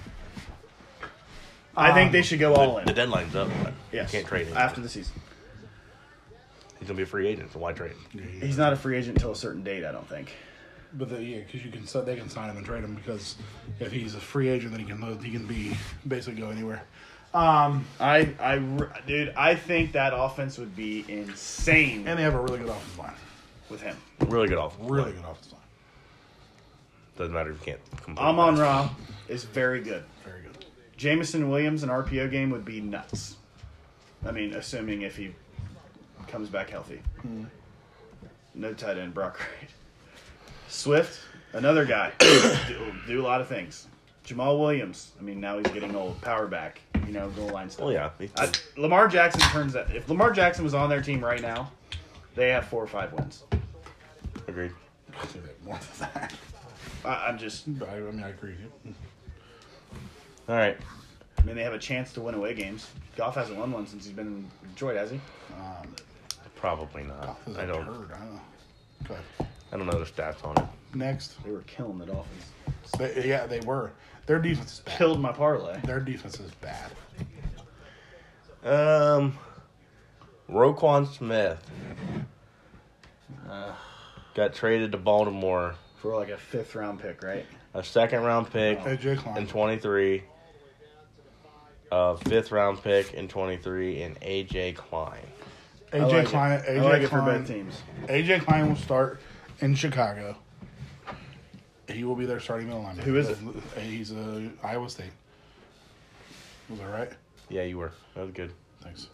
S3: I think they should go all in.
S1: Um, The deadline's up. But
S3: yes,
S1: You can't trade him.
S3: after the season.
S1: He's going to be a free agent, so why trade him?
S3: He's not a free agent until a certain date, I don't think.
S2: But the, yeah, because you can so they can sign him and trade him because if he's a free agent, then he can lo- he can be basically go anywhere.
S3: I, I, r- dude, I think that offense would be insane
S2: And they have a really good offensive line,
S3: with him.
S1: Really good off.
S2: really good offensive line,
S1: Doesn't matter if you can't complete.
S3: Amon Ra is very good.
S2: very good.
S3: Jamison Williams, an RPO game would be nuts. I mean, assuming if he comes back healthy. No tight end, Brock Wright. Swift, another guy, do, do a lot of things. Jamal Williams, I mean, now he's getting old. Power back, you know, goal line stuff.
S1: Well, yeah. He-
S3: I, Lamar Jackson turns that. If Lamar Jackson was on their team right now, they have four or five wins.
S1: agreed.
S2: I'll say that more than that.
S3: I, I'm just,
S2: But I, I mean, I agree with you.
S1: All right.
S3: I mean, they have a chance to win away games. Goff hasn't won one since he's been in Detroit, has he?
S1: Probably not.
S2: This is
S1: I
S2: a
S1: don't.
S2: turd, I don't know. Okay.
S1: I don't know the stats on it.
S2: Next,
S3: They were killing the Dolphins.
S2: they, yeah, they were. Their defense is bad.
S3: Killed my parlay.
S2: Their defense is bad.
S1: Um, Roquan Smith Got traded to Baltimore,
S3: for like a fifth round pick, right?
S1: a second round pick
S3: Oh.
S2: AJ
S1: in
S2: Klein.
S1: 23, a fifth round pick in 23, and AJ Klein.
S3: I
S2: AJ
S3: like it.
S2: Klein.
S3: I like
S2: AJ
S3: it for both
S2: Klein.
S3: teams.
S2: AJ Klein will start in Chicago. He will be their starting middle lineman.
S3: Who is it?
S2: He's uh, Iowa State. Was I right?
S1: Yeah, you were. That was good.
S2: Thanks.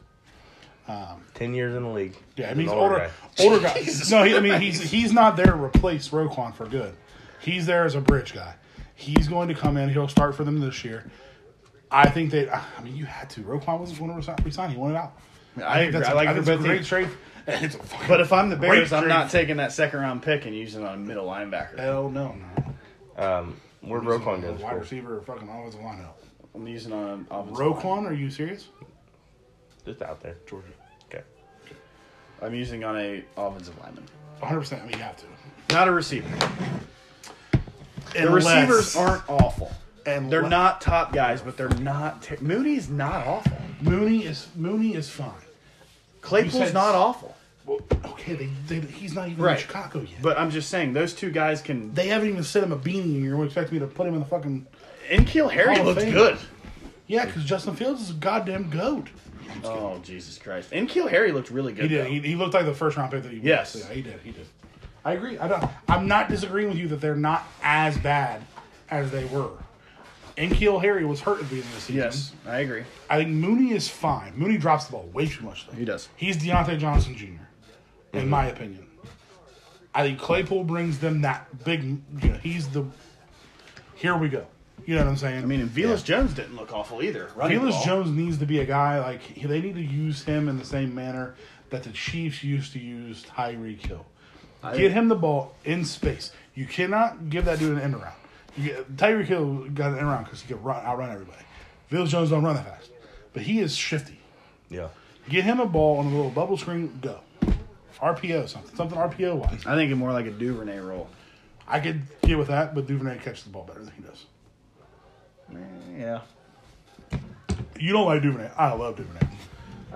S1: 10 years in the league.
S2: Yeah, I
S1: An
S2: mean he's
S1: older
S2: older,
S1: guy.
S2: older guy. no, he, I mean he's he's not there to replace Roquan for good. He's there as a bridge guy. He's going to come in. He'll start for them this year. I think that I mean you had to. Roquan was going to resign. resign. He wanted out.
S3: I
S2: think
S3: agree.
S2: that's
S3: I like
S2: I
S3: it
S2: think
S3: for
S2: it's a
S3: both
S2: great
S3: teams.
S2: trade. It's a fucking-
S3: But if I'm the
S2: Great
S3: Bears, I'm not
S2: trade.
S3: taking that second round pick and using it on a middle linebacker.
S2: hell no, no.
S1: Um, where'd Roquan go? to
S2: wide
S1: school?
S2: receiver or fucking offensive line help.
S3: I'm using it on an offensive line.
S2: Roquan, are you serious?
S1: Just out there.
S2: Georgia,
S1: Okay.
S3: I'm using on a offensive lineman,
S2: 100. percent I mean you have to.
S3: not a receiver. The
S2: Unless-
S3: receivers aren't awful.
S2: And
S3: They're
S2: le-
S3: not top guys, but they're not. Ter- Moody's not awful.
S2: Mooney is Mooney is fine.
S3: Claypool's
S2: You said-
S3: not awful.
S2: Well, okay, they, they, he's not even
S3: Right.
S2: in Chicago yet.
S3: But I'm just saying, those two guys can.
S2: They haven't even sent him a beanie, and you're expecting me to put him in the fucking.
S3: And Keel Harry
S2: Hall of
S3: looked
S2: Fame.
S3: Oh, good.
S2: Yeah, because Justin Fields is a goddamn goat.
S3: Oh Jesus Christ! And Keel Harry looked really good.
S2: He did.
S3: though.
S2: He, he looked like the first round pick that he was.
S3: Yes.
S2: Yeah, he did. He did. I agree. I don't, I'm not disagreeing with you that they're not as bad as they were. And Keel Harry was hurt at the beginning of the season.
S3: Yes, I agree.
S2: I think Mooney is fine. Mooney drops the ball way too much. Though.
S3: He does. Mm-hmm.
S2: He's Deontay Johnson junior in my opinion. I think Claypool brings them that big. You know, he's the. Here we go. You know what I'm saying?
S3: I mean, and Velas Jones didn't look awful either. Running the
S2: Felix
S3: ball.
S2: Jones needs to be a guy like he- they need to use him in the same manner that the Chiefs used to use Tyreek Hill. Get him the ball in space. You cannot give that dude an end around. You get, Tyreek Hill got an end around because he could run outrun everybody. Felix Jones don't run that fast, but he is shifty.
S1: Yeah.
S2: Get him a ball on a little bubble screen. Go RPO something something RPO wise.
S3: I think it more like a Duvernay role.
S2: I could get with that, but Duvernay catches the ball better than he does.
S3: Yeah.
S2: You don't like Duvernay. I love Duvernay.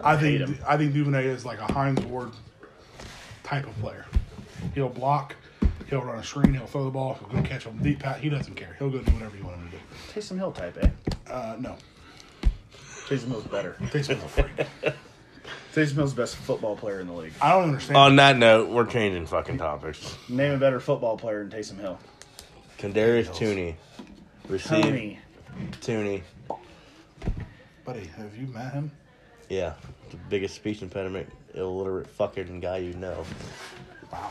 S2: I,
S3: hate
S2: think
S3: him.
S2: I think Duvernay is like a Heinz Ward type of player. He'll block. He'll run a screen. He'll throw the ball. He'll go catch him deep pat. He doesn't care. He'll go do whatever you want him to do.
S3: Taysom Hill type, eh?
S2: Uh, no,
S3: Taysom Hill's better.
S2: Taysom's a freak.
S3: Taysom Hill's the best football player in the league.
S2: I don't understand.
S1: On that note, we're changing fucking topics.
S3: Name a better football player than Taysom Hill.
S1: Kendarius Tooney. Receive
S3: Tony.
S1: Tooney.
S2: Buddy, have you met him?
S1: Yeah. The biggest speech impediment, illiterate fucking guy you know.
S2: Wow.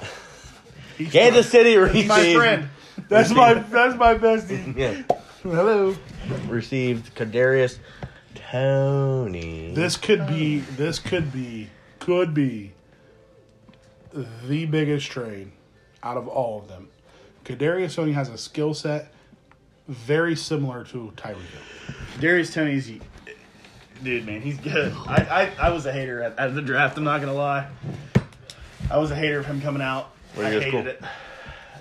S2: He's
S1: Kansas City
S3: He's
S1: received.
S3: my friend.
S2: That's my that's my bestie.
S1: Yeah.
S2: Hello.
S1: Received Kadarius Tony.
S2: This could be
S3: Um,
S2: this could be could be the biggest trade out of all of them. Kadarius Tony has a skill set very similar to Tyreek. Hill.
S3: Darius Tony's. Dude, man, he's good. I, I, I was a hater at, at the draft. I'm not gonna lie. I was a hater of him coming out.
S1: Where
S3: I
S1: you go to
S3: hated it.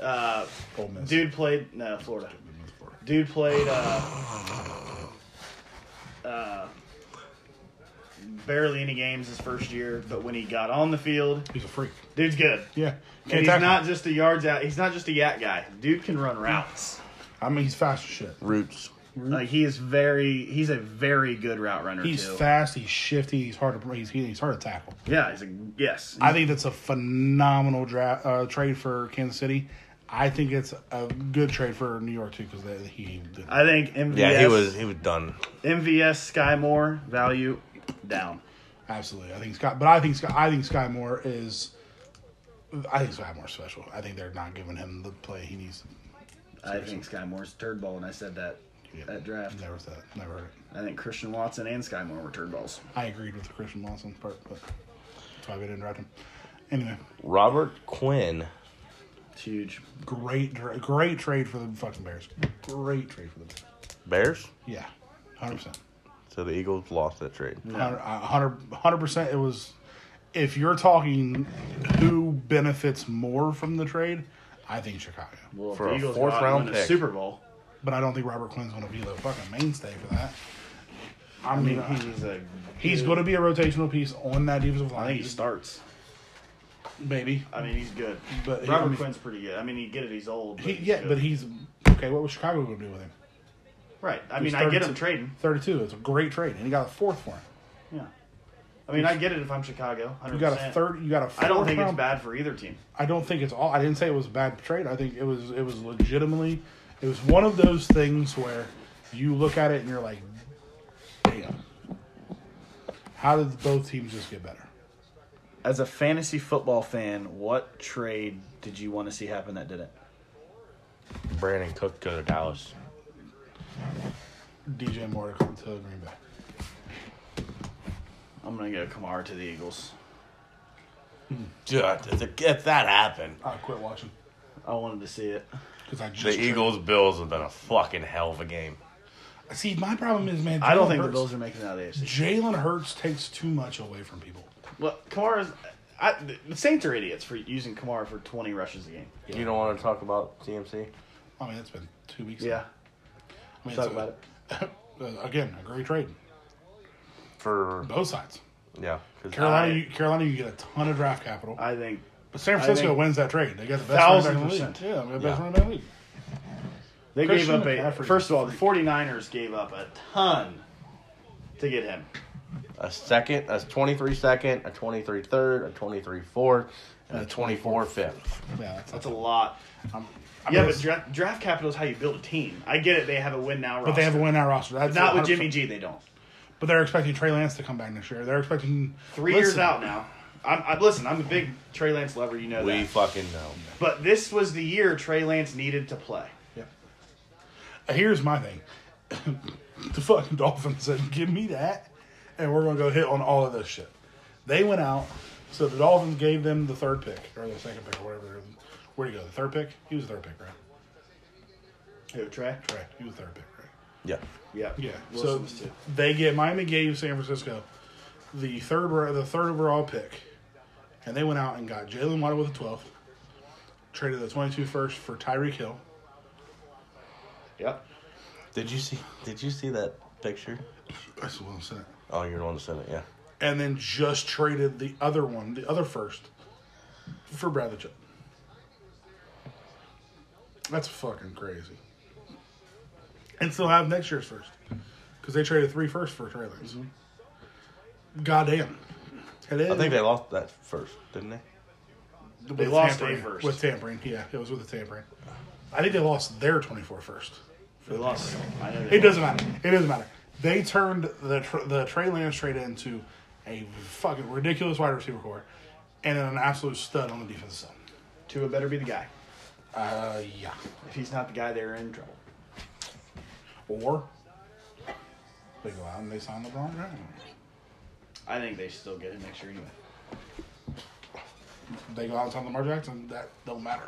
S3: Uh,
S2: Ole Miss.
S3: dude played no Florida. Dude played uh, uh, barely any games his first year, but when he got on the field,
S2: he's a freak.
S3: dude's good.
S2: Yeah,
S3: And he's
S2: tackle
S3: not
S2: him.
S3: just a yards out. He's not just a yak guy. Dude can run routes.
S1: Mm-hmm.
S2: I mean, he's fast as shit.
S1: Roots.
S3: Like he is very. He's a very good route runner
S2: He's
S3: too.
S2: fast. He's shifty. He's hard to he's, he's hard to tackle.
S3: Yeah, he's a yes.
S2: I think that's a phenomenal draft uh, trade for Kansas City. I think it's a good trade for New York too because he did.
S3: I think MVS.
S1: Yeah, he was he was done.
S3: MVS Skymore value down.
S2: Absolutely, I think Scott, but I think Scott, I think Sky Moore is, I think Sky Moore's special. I think they're not giving him the play he needs.
S3: I think Skymore's turd ball, and I said that at draft.
S2: Never said, it. never heard it.
S3: I think Christian Watson and Skymore were turd balls.
S2: I agreed with the Christian Watson part, but that's why we didn't draft him. Anyway,
S1: Robert Quinn.
S3: It's huge.
S2: great, dra- great trade for the fucking Bears. Great trade for the Bears.
S1: Bears?
S2: Yeah, hundred percent, uh,
S1: So the Eagles lost that trade.
S2: hundred percent. It was. If you're talking who benefits more from the trade, I think Chicago.
S3: Well, if
S1: For
S3: the
S1: a
S3: Eagles
S1: fourth
S3: go out and
S1: round
S3: win
S1: pick.
S3: a Super Bowl.
S2: But I don't think Robert Quinn's going to be the fucking mainstay for that. I
S3: I
S2: mean,
S3: mean, he's a
S2: he's going to be a rotational piece on that defensive
S3: I
S2: line.
S3: think he starts.
S2: maybe.
S3: I mean, he's good.
S2: But he- I
S3: Robert
S2: mean-
S3: Quinn's pretty good. I mean, you get it. He's old. But
S2: He,
S3: he's
S2: yeah,
S3: good.
S2: but he's okay. What was Chicago going to do with him?
S3: right. I
S2: he's
S3: mean, I get
S2: 32.
S3: him trading.
S2: Thirty-two. It's a great trade, and he got a fourth for him.
S3: Yeah. I mean, I get it if I'm Chicago. 100%.
S2: You got a third. You got a. Fourth
S3: I don't think it's
S2: round-
S3: bad for either team.
S2: I don't think it's all. I didn't say it was a bad trade. I think it was. It was legitimately. It was one of those things where you look at it and you're like, damn. How did both teams just get better?
S3: As a fantasy football fan, what trade did you want to see happen that didn't?
S1: Brandon Cook go to Dallas.
S2: DJ Moore to to Green Bay.
S3: I'm gonna go Kamara to the Eagles.
S1: Dude, if if that happened,
S2: I quit watching
S3: I wanted to see it.
S2: because I just
S1: the Eagles Bills have been a fucking hell of a game.
S2: See, my problem is, man.
S3: I don't
S2: Jalen
S3: think the
S2: Hurts-
S3: Bills are making it out of the AFC.
S2: Jalen Hurts takes too much away from people.
S3: Well, Kamara's. I, the Saints are idiots for using Kamara for 20 rushes a game.
S1: You don't want to talk about CMC?
S2: I mean, it's been two weeks.
S3: Yeah,
S2: I mean,
S3: talk
S2: it's a-
S3: about it.
S2: uh, again, a great trade.
S1: For
S2: Both sides.
S1: yeah, 'cause-
S2: Carolina,
S3: I-
S2: you, Carolina, you get a ton of draft capital.
S3: I think.
S2: but San Francisco
S3: think-
S2: wins that trade. They got the best
S3: Thousand
S2: running back in the
S3: percent.
S2: league. Yeah, they got the best
S1: Yeah.
S2: running back in the league.
S3: They
S2: Christian
S3: gave up a.
S2: McCaffrey's
S3: First of all,
S2: a
S3: the 49ers gave up a ton to get him.
S1: a second, a 23 second, a 23 third, a 23 fourth, and a 24 fifth.
S2: Yeah, that's,
S3: That's a lot.
S2: I'm, I
S3: yeah,
S2: mean,
S3: but
S2: it's-
S3: draft, draft capital is how you build a team. I get it. They have a win now.
S2: but they have a
S3: roster.
S2: win out roster. That's
S3: Not with
S2: 100%.
S3: Jimmy G. They don't.
S2: But they're expecting Trey Lance to come back next year. They're expecting
S3: Three years
S2: Listen,
S3: out now. I'm, I, listen, I'm a big Trey Lance lover. You know
S1: We
S3: that.
S1: fucking know.
S3: But this was the year Trey Lance needed to play.
S2: Yeah. Here's my thing. the fucking Dolphins said, give me that, and we're going to go hit on all of this shit. They went out, so the Dolphins gave them the third pick, or the second pick, or whatever. Where do you go? The third pick? He was the third pick, right?
S3: Who Trey?
S2: Right. He was the third pick, right?
S1: Yeah.
S3: Yeah.
S2: Yeah.
S3: Wilson was
S2: so
S3: too.
S2: they get Miami gave San Francisco the third ro- the third overall pick, and they went out and got Jalen Waddle with the 12th, traded the 22 first for Tyreek Hill.
S3: Yep.
S1: Did you see? Did you see that picture?
S2: That's what I'm saying.
S1: Oh, you're the one that sent it. Yeah.
S2: and then just traded the other one, the other first, for Bradley Chubb. That's fucking crazy. And still have next year's first. Because they traded three first for Trey Lance. Goddamn. It is.
S1: I think they lost that first, didn't they?
S2: With
S3: they lost
S2: tampering.
S3: a first.
S2: With tampering, yeah. It was with the tampering. I think they lost their 24 first.
S3: They lost. I know they
S2: It
S3: lost.
S2: doesn't matter. It doesn't matter. They turned the tr- the Trey Lance trade into a fucking ridiculous wide receiver core, and an absolute stud on the defensive side.
S3: Tua better be the guy.
S2: Uh, yeah.
S3: If he's not the guy, they're in trouble.
S2: Or they go out and they sign LeBron James.
S3: I think they still get it next year anyway.
S2: They go out and sign Lamar Jackson. That don't matter.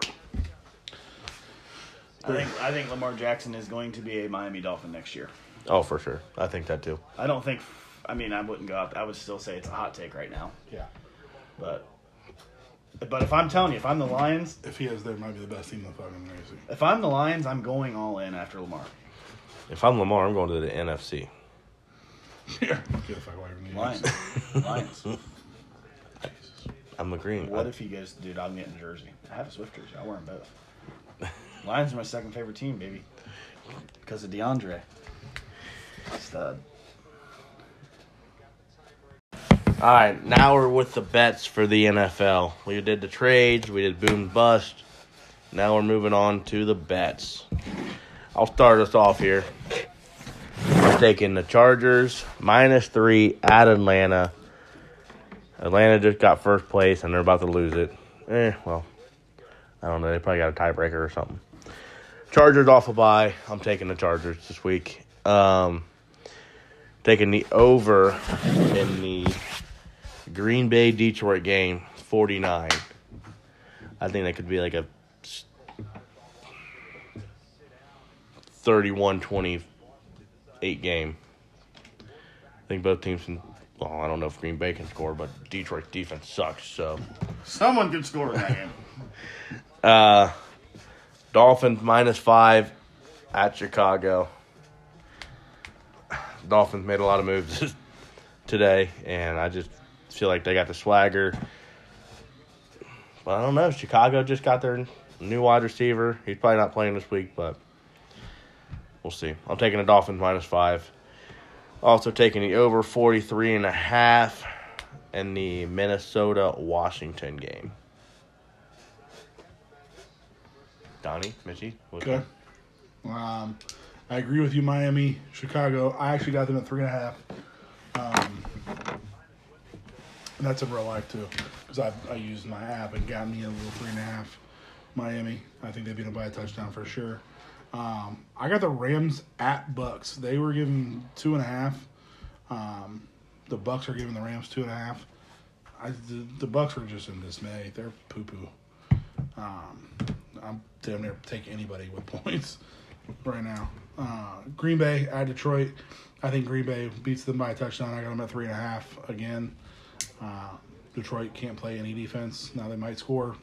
S3: I think I think Lamar Jackson is going to be a Miami Dolphin next year.
S1: Oh, for sure. I think that too.
S3: I don't think. I mean, I wouldn't go out. I would still say it's a hot take right now.
S2: Yeah.
S3: But but if I'm telling you, if I'm the Lions,
S2: If he is, there might be the best team in the fucking league.
S3: if I'm the Lions, I'm going all in after Lamar.
S1: If I'm Lamar, I'm going to the NFC.
S2: Yeah. Get the fuck away from me.
S3: Lions, Lions.
S2: Jesus.
S1: I'm agreeing.
S3: What if he goes, dude? I'm getting a jersey. I have a Swift jersey. I wear them both. Lions are my second favorite team, baby, because of DeAndre. Stud.
S1: All right, now we're with the bets for the NFL. We did the trades, we did boom bust. Now we're moving on to the bets. I'll start us off here. I'm taking the Chargers minus three at Atlanta. Atlanta just got first place and they're about to lose it. Eh, well, I don't know. They probably got a tiebreaker or something. Chargers off a bye. I'm taking the Chargers this week. Um, taking the over in the Green Bay Detroit game, 49. I think that could be like a 31 28 game. I think both teams can. Well, I don't know if Green Bay can score, but Detroit's defense sucks. So,
S3: Someone could score in that game.
S1: Dolphins minus five at Chicago. Dolphins made a lot of moves today, and I just feel like they got the swagger. But I don't know. Chicago just got their new wide receiver. He's probably not playing this week, but we'll see. I'm taking the Dolphins minus five. Also taking the over 43 and a half in the Minnesota Washington game. Donnie, Mitchie, what's
S2: Okay. Um, I agree with you, Miami, Chicago. I actually got them at three and a half. Um, and that's in real life too, because I I used my app and got me a little three and a half. Miami, I think they beat them by a touchdown for sure. Um, I got the Rams at Bucks. They were given two and a half. Um, the Bucks are giving the Rams two and a half. I, the, the Bucks are just in dismay. They're poo poo. Um, I'm damn near take anybody with points right now. Uh, Green Bay at Detroit. I think Green Bay beats them by a touchdown. I got them at three and a half again. Uh, Detroit can't play any defense. Now they might score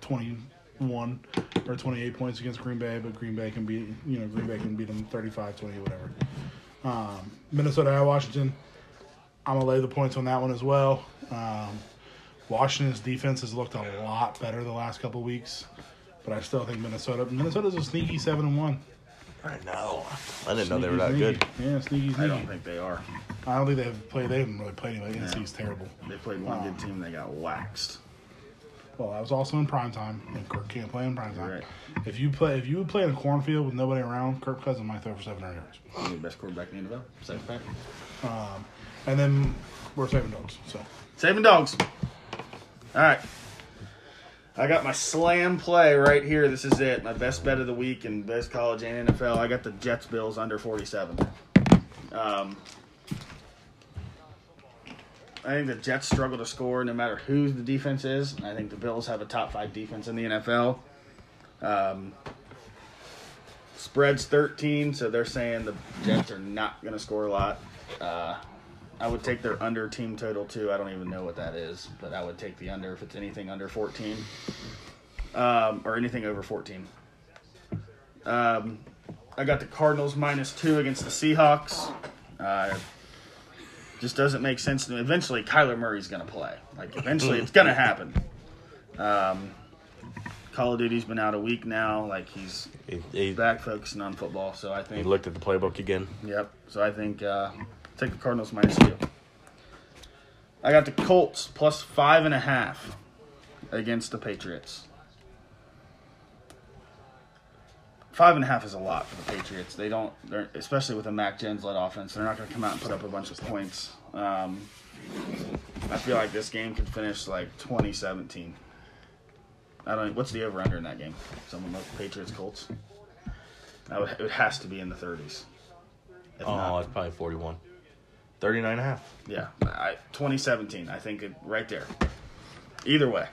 S2: 21 or 28 points against Green Bay, but Green Bay can beat, you know, Green Bay can beat them 35, 20, whatever. Um, Minnesota at Washington. I'm going to lay the points on that one as well. Um, Washington's defense has looked a lot better the last couple weeks, but I still think Minnesota. Minnesota's a sneaky seven and one.
S1: I know. I didn't know they were
S2: Sneaky,
S1: that good.
S2: sneaky. Yeah, sneaky, sneaky.
S3: I don't think they are.
S2: I don't think they've played. They haven't really played anybody.
S3: No.
S2: NC's terrible.
S3: They played one good team. They got waxed.
S2: Well, that was also in prime time, and Kirk can't play in prime time.
S3: Right.
S2: If you play, if you would play in a cornfield with nobody around, Kirk Cousins might throw for seven hundred yards.
S3: One of the best quarterback in the NFL. Second pack.
S2: And then we're saving dogs. So
S3: Saving dogs. All right. I got my slam play right here. This is it. My best bet of the week and best college and NFL. I got the Jets Bills under 47. Um, I think the Jets struggle to score no matter who the defense is. And I think the Bills have a top five defense in the NFL. Um, spreads 13, so they're saying the Jets are not going to score a lot. Uh, I would take their under team total too. I don't even know what that is, but I would take the under if it's anything under 14 um, or anything over 14. Um, I got the Cardinals minus two against the Seahawks. Uh, just doesn't make sense. to me. Eventually, Kyler Murray's going to play. Like, eventually, it's going to happen. Um, Call of Duty's been out a week now. Like, he's
S1: He, he,
S3: back focusing on football, so I
S1: he
S3: think
S1: looked at the playbook again.
S3: Yep. So I think uh, take the Cardinals minus two. I got the Colts plus five and a half against the Patriots. Five and a half is a lot for the Patriots. They don't, they're, especially with a Mac Jones led offense, they're not going to come out and put up a bunch of points. Um, I feel like this game could finish like 2017. I don't. What's the over under in that game? Someone like Patriots Colts. I would, it has to be in the 30s. If
S1: Oh,
S3: not,
S1: it's probably 41. 39 and a half.
S3: yeah, I, 2017. I think it, right there. Either way,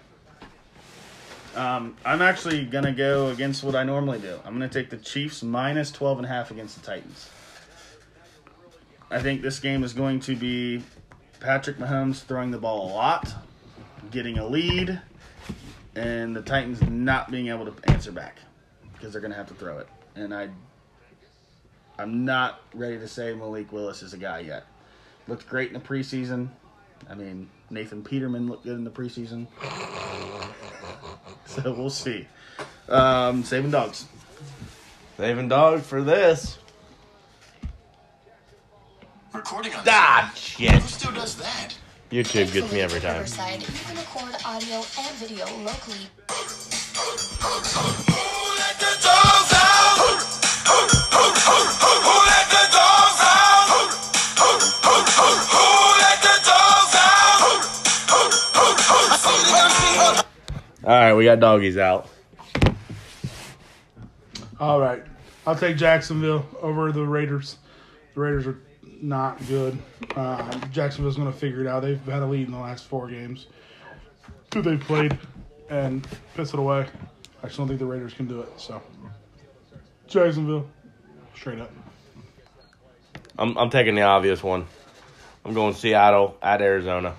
S3: um, I'm actually gonna go against what I normally do. I'm gonna take the Chiefs minus 12 and a half against the Titans. I think this game is going to be Patrick Mahomes throwing the ball a lot, getting a lead, and the Titans not being able to answer back because they're gonna have to throw it. And I, I'm not ready to say Malik Willis is a guy yet looked great in the preseason. I mean, Nathan Peterman looked good in the preseason. so we'll see. Um, saving dogs.
S1: Saving dog for this.
S5: Recording on
S1: Ah,
S5: Who
S1: shit.
S5: still does that?
S1: YouTube gets me every time.
S6: Riverside, you can record audio and video locally
S1: All right, we got doggies out.
S2: all right, I'll take Jacksonville over the Raiders. The Raiders are not good. Uh, Jacksonville's going to figure it out. They've had a lead in the last four games. Who they played and piss it away. I just don't think the Raiders can do it. So Jacksonville, straight up.
S1: I'm, I'm taking the obvious one. I'm going Seattle at Arizona.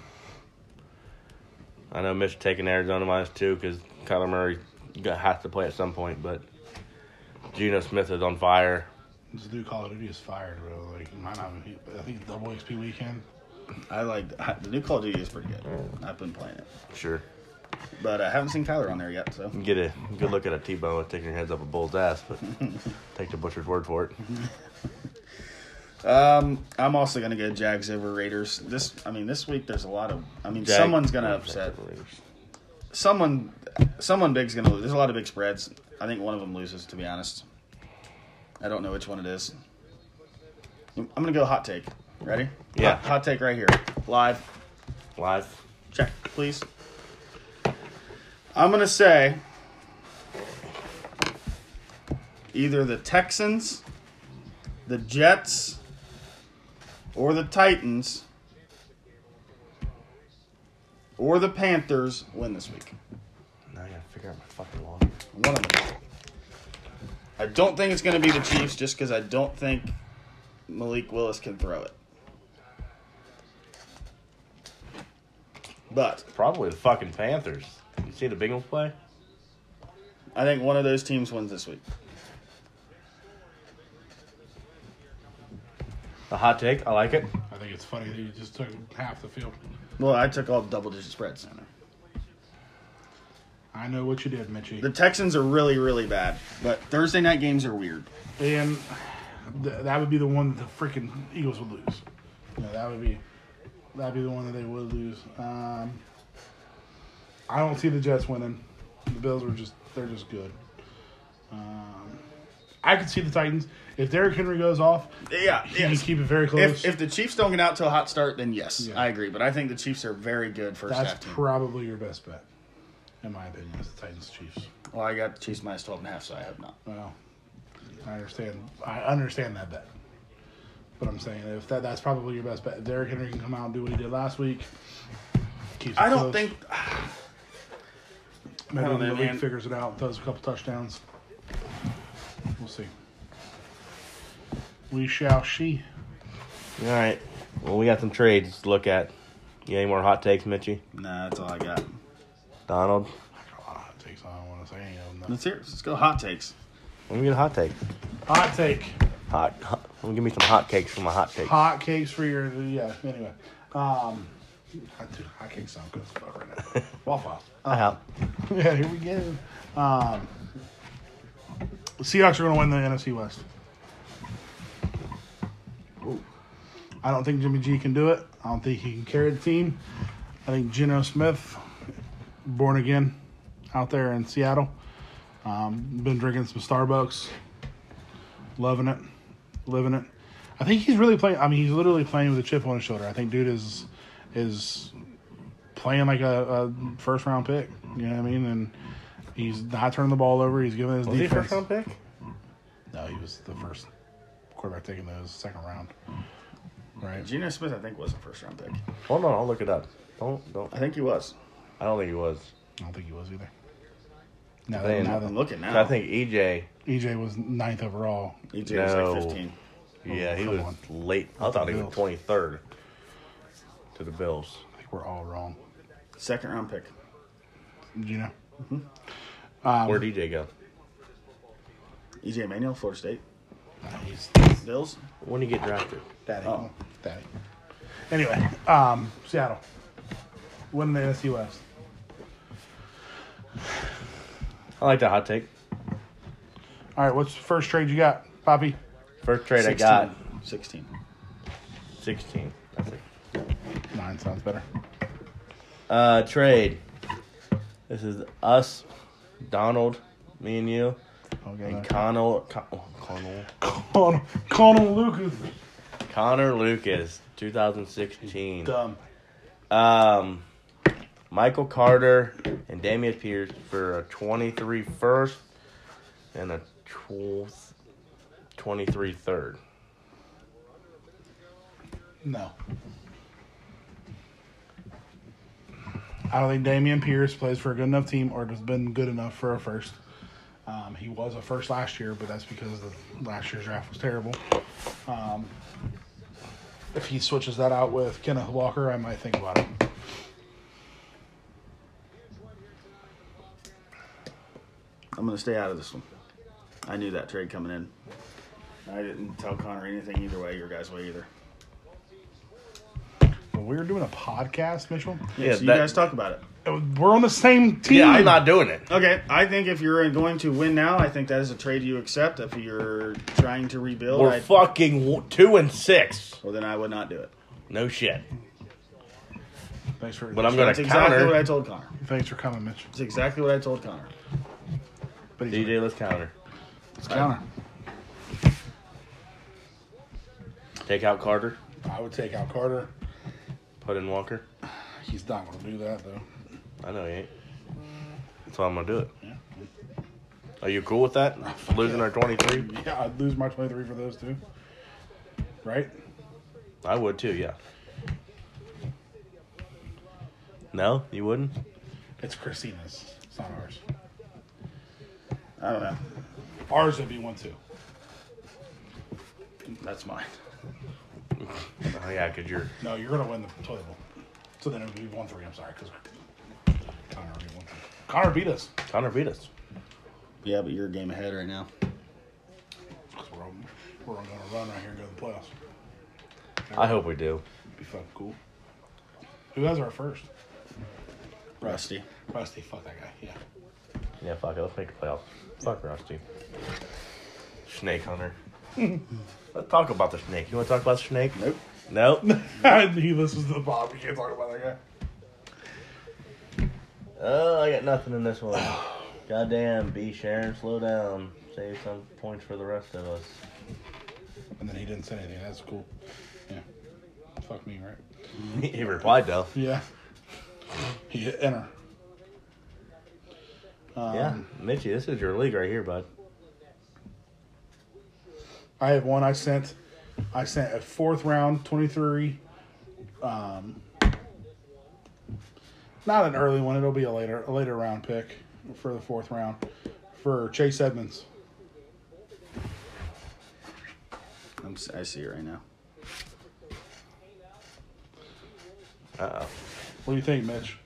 S1: I know Mitch taking Arizona minus two because Kyler Murray got- has to play at some point, but Geno Smith is on fire.
S2: This dude Call of Duty is fired, bro. Like, he might not. He, I think it's double XP weekend.
S3: I like I, the new Call of Duty is pretty good. I've been playing it.
S1: Sure.
S3: But I haven't seen Tyler on there yet, so
S1: Get a good look at a T-bone with taking your heads up a bull's ass, but take the butcher's word for it.
S3: I'm also gonna go Jags over Raiders. This, I mean, this week there's a lot of. I mean,
S1: Jag-
S3: someone's gonna upset. Someone, someone big's gonna lose. There's a lot of big spreads. I think one of them loses. To be honest, I don't know which one it is. I'm gonna go hot take. Ready?
S1: Yeah.
S3: Hot, hot take right here, live.
S1: Live.
S3: Check, please. I'm gonna say either the Texans, the Jets, or the Titans, or the Panthers win this week.
S1: Now I gotta figure out my fucking log.
S3: One of them. I don't think it's gonna be the Chiefs, just because I don't think Malik Willis can throw it. But
S1: Probably the fucking Panthers. You see the Bengals play?
S3: I think one of those teams wins this week.
S1: The hot take. I like it.
S4: I think it's funny that you just took half the field.
S3: Well, I took all double digit spreads.
S4: I know what you did, Mitchie.
S3: The Texans are really, really bad, but Thursday night games are weird.
S2: And th- that would be the one that the freaking Eagles would lose. You know, that would be that'd be the one that they would lose. Um, I don't see the Jets winning. The Bills are just they're just good. Um, I could see the Titans if Derrick Henry goes off.
S3: Yeah,
S2: he
S3: yes.
S2: can keep it very close.
S3: If, if the Chiefs don't get out to a hot start, then yes,
S2: Yeah.
S3: I agree. But I think the Chiefs are very good first half
S2: That's
S3: team.
S2: probably your best bet, in my opinion. Is the Titans Chiefs.
S3: well, I got the Chiefs minus 12 and a half, so I hope not.
S2: Well, I understand. I understand that bet. But I'm saying if that that's probably your best bet. If Derrick Henry can come out and do what he did last week. Keeps it
S3: I don't
S2: close.
S3: think
S2: maybe
S3: I don't know,
S2: Malik
S3: man.
S2: figures it out. Does a couple touchdowns. We'll see. We shall see.
S1: All right. Well, we got some trades to look at. You got any more hot takes, Mitchie?
S3: Nah, that's all I got.
S1: Donald?
S4: A lot of hot takes. I don't want to say any of them.
S3: Let's hear. it. Let's go hot takes.
S1: Let me get a hot take.
S2: Hot take.
S1: Hot. hot let me give me some hot cakes for my hot take.
S2: Hot cakes for your yeah. Anyway, um, I do hot cakes sound good as fuck right now. Waffle.
S1: Hi, Hal.
S2: House. yeah, here we go. Um, the Seahawks are going to win the NFC West. I don't think Jimmy G can do it. I don't think he can carry the team. I think Geno Smith, born again, out there in Seattle, um, been drinking some Starbucks, loving it, living it. I think he's really playing. I mean, he's literally playing with a chip on his shoulder. I think dude is is playing like a, a first round pick. You know what I mean? And he's not turning the ball over. He's giving his
S1: Was he a
S2: defense.
S1: first round pick?
S2: No, he was the first quarterback taken in the second round. Right.
S3: Geno Smith, I think, was a first round pick.
S1: Hold on, I'll look it up. Don't don't.
S3: I think he was.
S1: I don't think he was.
S2: I don't think he was either. No,
S1: Man,
S2: no,
S3: I'm
S2: no.
S3: looking now.
S1: Oh. I think E EJ.
S2: EJ E was ninth overall.
S3: EJ was
S1: No.
S3: like 15.
S1: Yeah, he
S2: come
S1: was
S2: on.
S1: late. I thought he was
S2: Bills.
S1: twenty third to the Bills.
S2: I think we're all wrong.
S3: Second round pick.
S2: Do you know?
S1: Where would EJ E go?
S3: EJ Manuel, E Florida State.
S2: He's
S3: Bills.
S1: When did he get drafted?
S2: daddy.
S3: Oh.
S2: Daddy. Anyway, um, Seattle. Winning the NFC West.
S1: I like the hot take.
S2: All right, what's the first trade you got, Poppy?
S1: First trade
S3: 16.
S1: I got
S3: 16.
S1: sixteen. That's it.
S2: Nine sounds better.
S1: Uh, trade. This is us, Donald, me and you,
S2: Okay.
S1: and Connell, Con- oh, Connell,
S2: Connor, Connor Lucas.
S1: Connor Lucas, 2016.
S2: Dumb.
S1: Um, Michael Carter and Damian Pierce for a 23 first and a tw- 23 third.
S2: No. I don't think Damian Pierce plays for a good enough team or has been good enough for a first. Um, he was a first last year, but that's because the last year's draft was terrible. Um, if he switches that out with Kenneth Walker, I might think about it.
S3: I'm gonna stay out of this one. I knew that trade coming in. I didn't tell Connor anything either way, your guys' way either.
S2: But we're doing a Uh, podcast, Mitchell.
S3: Yeah,
S1: Yeah,
S3: so you
S1: that-
S3: guys talk about it.
S7: We're on the same team.
S1: Yeah, I'm not doing it.
S3: Okay, I think if you're going to win now, I think that is a trade you accept. If you're trying to rebuild,
S1: We're
S3: I,
S1: fucking w- two and six.
S3: well then I would not do it.
S1: No shit.
S2: Thanks for
S1: But I'm gonna
S3: That's exactly
S1: counter.
S3: what I told Connor.
S2: thanks for coming, Mitch.
S3: That's exactly what I told Connor.
S2: But he's
S1: DJ, let's counter.
S2: it's counter.
S1: Take out Carter.
S2: I would take out Carter.
S1: Put in Walker.
S2: He's not going to do that though.
S1: I know he ain't. That's why I'm gonna do it. Are you cool with that? Losing our 23?
S2: Yeah, I'd lose my twenty three for those two. Right?
S1: I would too. Yeah. No, you wouldn't.
S2: It's Christina's. It's not ours.
S3: I don't know.
S2: Ours would be one two.
S3: That's mine.
S1: Oh yeah, cause you're.
S2: No, you're going to win the toilet bowl. So then it would be one three. I'm sorry, because Connor would be one three. Connor beat us
S1: Connor beat us.
S3: Yeah, but you're a game ahead right now.
S2: 'Cause we're on, we're on going to run right here and go to the playoffs.
S1: I hope we do.
S2: Be fucking cool. Who has our first?
S3: Rusty.
S2: Rusty. Fuck that guy. Yeah.
S1: Yeah, fuck it. Let's make a playoff. Fuck Rusty. Snake Hunter. Let's talk about the snake. You want to talk about the snake?
S3: Nope.
S1: Nope.
S2: he listens to the Bob. We can't talk about that guy.
S1: oh, I got nothing in this one. Goddamn, B Sharon, slow down. Save some points for the rest of us.
S2: And then he didn't say anything. That's cool. Yeah. Fuck me, right?
S1: he replied though.
S2: Yeah. He hit enter. Um,
S1: yeah, Mitchy, this is your league right here, bud.
S2: I have one. I sent. I sent a fourth round twenty three. Um. Not an early one. It'll be a later a later round pick for the fourth round for Chase Edmonds.
S3: I'm, si see it right now.
S1: Uh oh.
S2: What do you think, Mitch?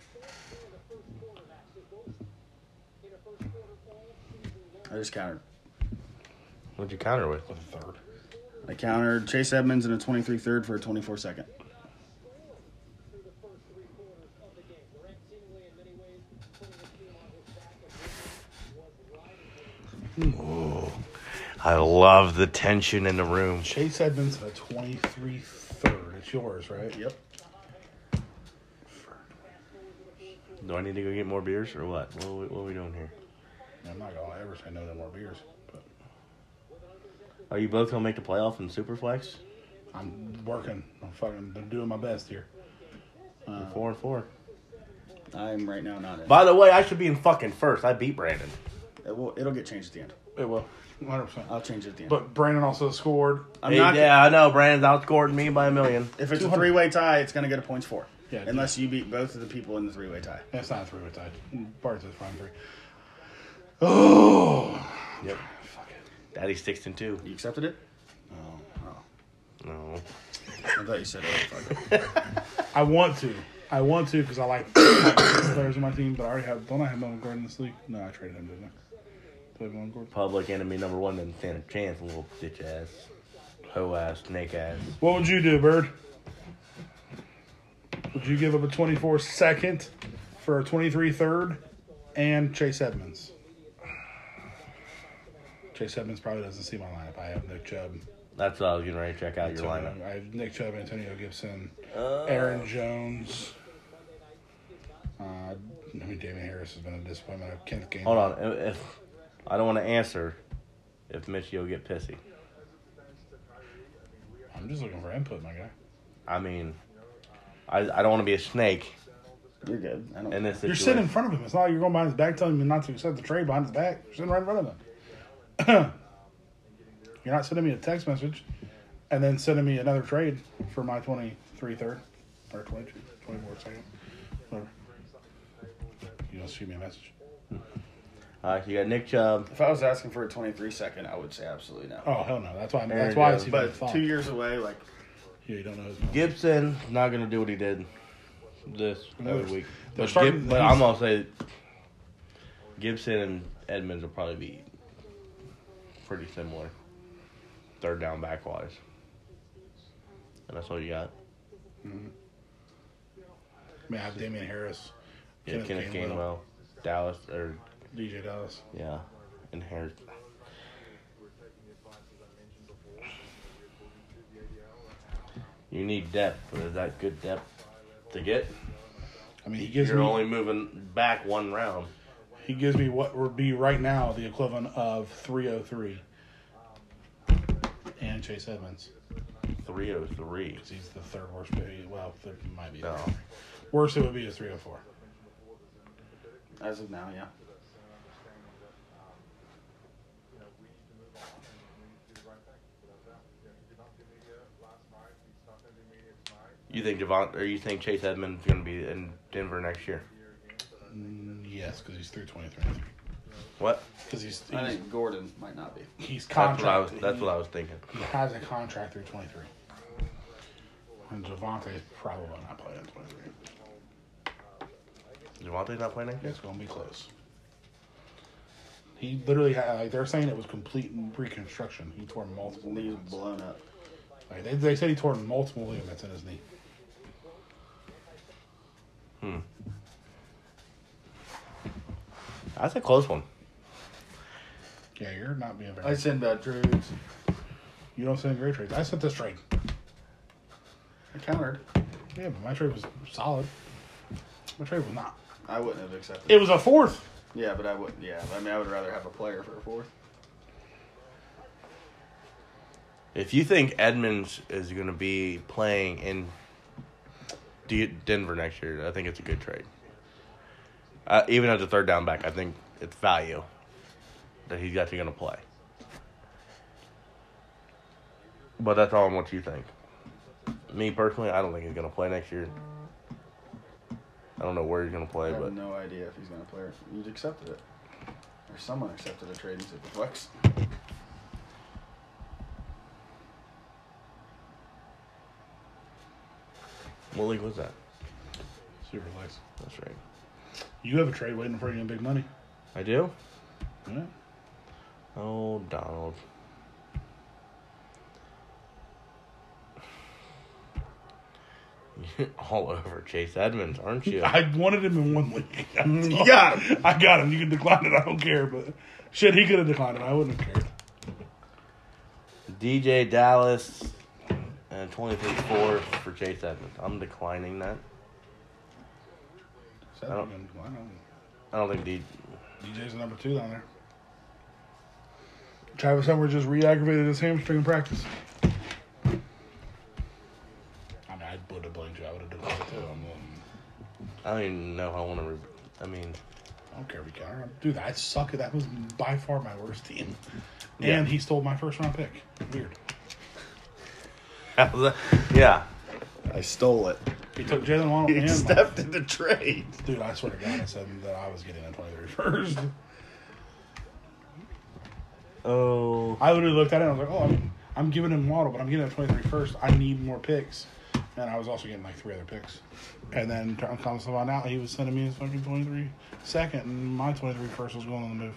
S3: I just countered.
S1: What'd you counter with?
S2: With a third.
S3: I countered Chase Edmonds in a 23 third for a 24 second.
S1: I love the tension in the room.
S2: Chase Edmonds at a 23 third. It's yours, right?
S3: Yep.
S1: Do I need to go get more beers or what? What are we, what are we doing here?
S2: I'm not gonna ever say no to more beers, but
S1: Are you both gonna make the playoff in Superflex?
S2: I'm working. I'm fucking I'm doing my best here.
S1: You're four and four.
S3: I'm right now not in.
S1: By the way, I should be in fucking first. I beat Brandon.
S3: It will, it'll get changed at the end.
S2: It will. 100. percent
S3: I'll change it at the end.
S2: But Brandon also scored.
S3: I'm
S1: Hey,
S3: not,
S1: yeah, I know. Brandon's outscored me by a million.
S3: If it's a three way tie, it's going to go to points four.
S2: Yeah, it
S3: unless you beat both of the people in the three way tie.
S2: That's not a three-way tie. Bart's a prime three. Oh,
S1: Yep.
S2: fuck it.
S1: Daddy six and two.
S3: You accepted it? Oh.
S1: No.
S3: I thought you said oh, fuck it.
S2: I want to. I want to because I like players on my team, but I already have. Don't I have Melvin Gordon this league? No, I traded him, didn't I? Do I have Melvin Gordon?
S1: Public enemy number one doesn't stand a chance. Little bitch ass, hoe ass, snake ass.
S2: What would you do, Bird? Would you give up a 24 second for a 23 third and Chase Edmonds? Chase Edmonds probably doesn't see my lineup. I have Nick Chubb.
S1: That's what I was getting ready to check out your lineup.
S2: I have Nick Chubb, Antonio Gibson, Aaron Jones. Uh, I mean, Damon Harris has been a disappointment. I have Kenneth Gainwell.
S1: Hold on. If, if- I don't want to answer, if Mitchy will get pissy.
S2: I'm just looking for input, my guy.
S1: I mean, I I don't want to be a snake
S3: You're good. I don't.
S1: in this situation.
S2: You're sitting in front of him. It's not like you're going behind his back telling him not to accept the trade behind his back. You're sitting right in front of him. you're not sending me a text message and then sending me another trade for my 23 third or 22, 24 second. Whatever. You don't shoot me a message.
S1: Uh, you got Nick Chubb.
S3: if I was asking for a 23 second, I would say absolutely no.
S2: Oh, hell no. That's why,
S1: Aaron
S2: that's why
S1: Jones.
S2: it's even a
S3: but
S2: thought.
S3: two years away, like
S2: Yeah, you don't know his name.
S1: Gibson not gonna do what he did this
S2: They're-
S1: other week.
S2: they're
S1: But,
S2: starting-
S1: Gib- but I'm gonna say Gibson and Edmonds will probably be pretty similar. Third down back wise. And that's all you got.
S2: I mean, I have Damian Harris,
S1: Yeah,
S2: Kenneth
S1: Kenneth
S2: Gainwell.
S1: Gainwell, Dallas, or
S2: DJ Dallas.
S1: yeah, and Harris. You need depth, but is that good depth to get?
S2: I mean, he gives
S1: You're
S2: me
S1: only moving back one round.
S2: he gives me what would be right now the equivalent of 303 and Chase Edmonds.
S1: 303.
S2: He's the third worst. pick. Well, third might be.
S1: No.
S2: Worst it would be is 304.
S3: As of now, yeah.
S1: You think Devon, or you think Chase Edmonds is going to be in Denver next year?
S2: Mm, Yes, because he's 323.
S1: What?
S2: Because he's
S3: I
S2: he's,
S3: think Gordon might not be.
S2: he's
S1: That's what I was.
S2: contracted.
S1: That's what I was thinking.
S2: He has a contract through 23. And Javante probably will not playing 23.
S1: Devontae's not playing next year.
S2: It's going to be close. He literally had, like, they're saying it was complete reconstruction. He tore multiple
S3: Knees
S2: ligaments.
S3: blown up.
S2: Like, they, they said he tore multiple ligaments in his knee.
S1: That's a close one.
S2: Yeah, you're not being very.
S3: I send bad trades.
S2: you don't send great trades. I sent this trade.
S3: I countered.
S2: Yeah, but my trade was solid. My trade was not.
S3: I wouldn't have accepted.
S2: It was a fourth.
S3: yeah, but I wouldn't. Yeah, I mean, I would rather have a player for a fourth.
S1: If you think Edmonds is going to be playing in D- Denver next year, I think it's a good trade. Uh, even as a third down back, I think it's value that he's actually going to play. But that's all on what you think. Me personally, I don't think he's going to play next year. I don't know where he's going to
S3: I
S1: play,
S3: have
S1: but
S3: no idea if he's going to play. or- You'd accepted it, or someone accepted a trade into the flex.
S1: what league was that?
S2: Super nice.
S1: That's right.
S2: You have a trade waiting for you in big money.
S1: I do?
S2: Yeah.
S1: Oh, Donald. You're all over Chase Edmonds, aren't you?
S2: I wanted him in one week.
S1: You got
S2: him. I got him. You can decline it. I don't care. But shit, he could have declined it. I wouldn't have cared.
S1: DJ Dallas and 23-4 for Chase Edmonds. I'm declining that.
S2: So I
S1: I don't-
S2: don't, I don't,
S1: I don't think D.
S2: DJ's the number two down there. Travis Hummer just re-aggravated his hamstring in practice. I mean, I would have blamed you. I would have declined it too. I'm, um,
S1: I don't even know if I want to. Re- I mean,
S2: I don't care if you counter. Dude, I suck at that. was by far my worst team.
S1: Yeah.
S2: And he stole my first round pick. Weird.
S1: yeah.
S3: I stole it.
S2: He took Jalen Waddle and my-
S3: the trade.
S2: Dude, I swear to God, I said that I was getting a 23 first.
S1: Oh,
S2: I literally looked at it and I was like, oh, I'm, I'm giving him Waddle, but I'm getting a 23 first. I need more picks. And I was also getting like three other picks. And then turn comes to find out he was sending me his fucking 23 second, and my 23 first was going on the move.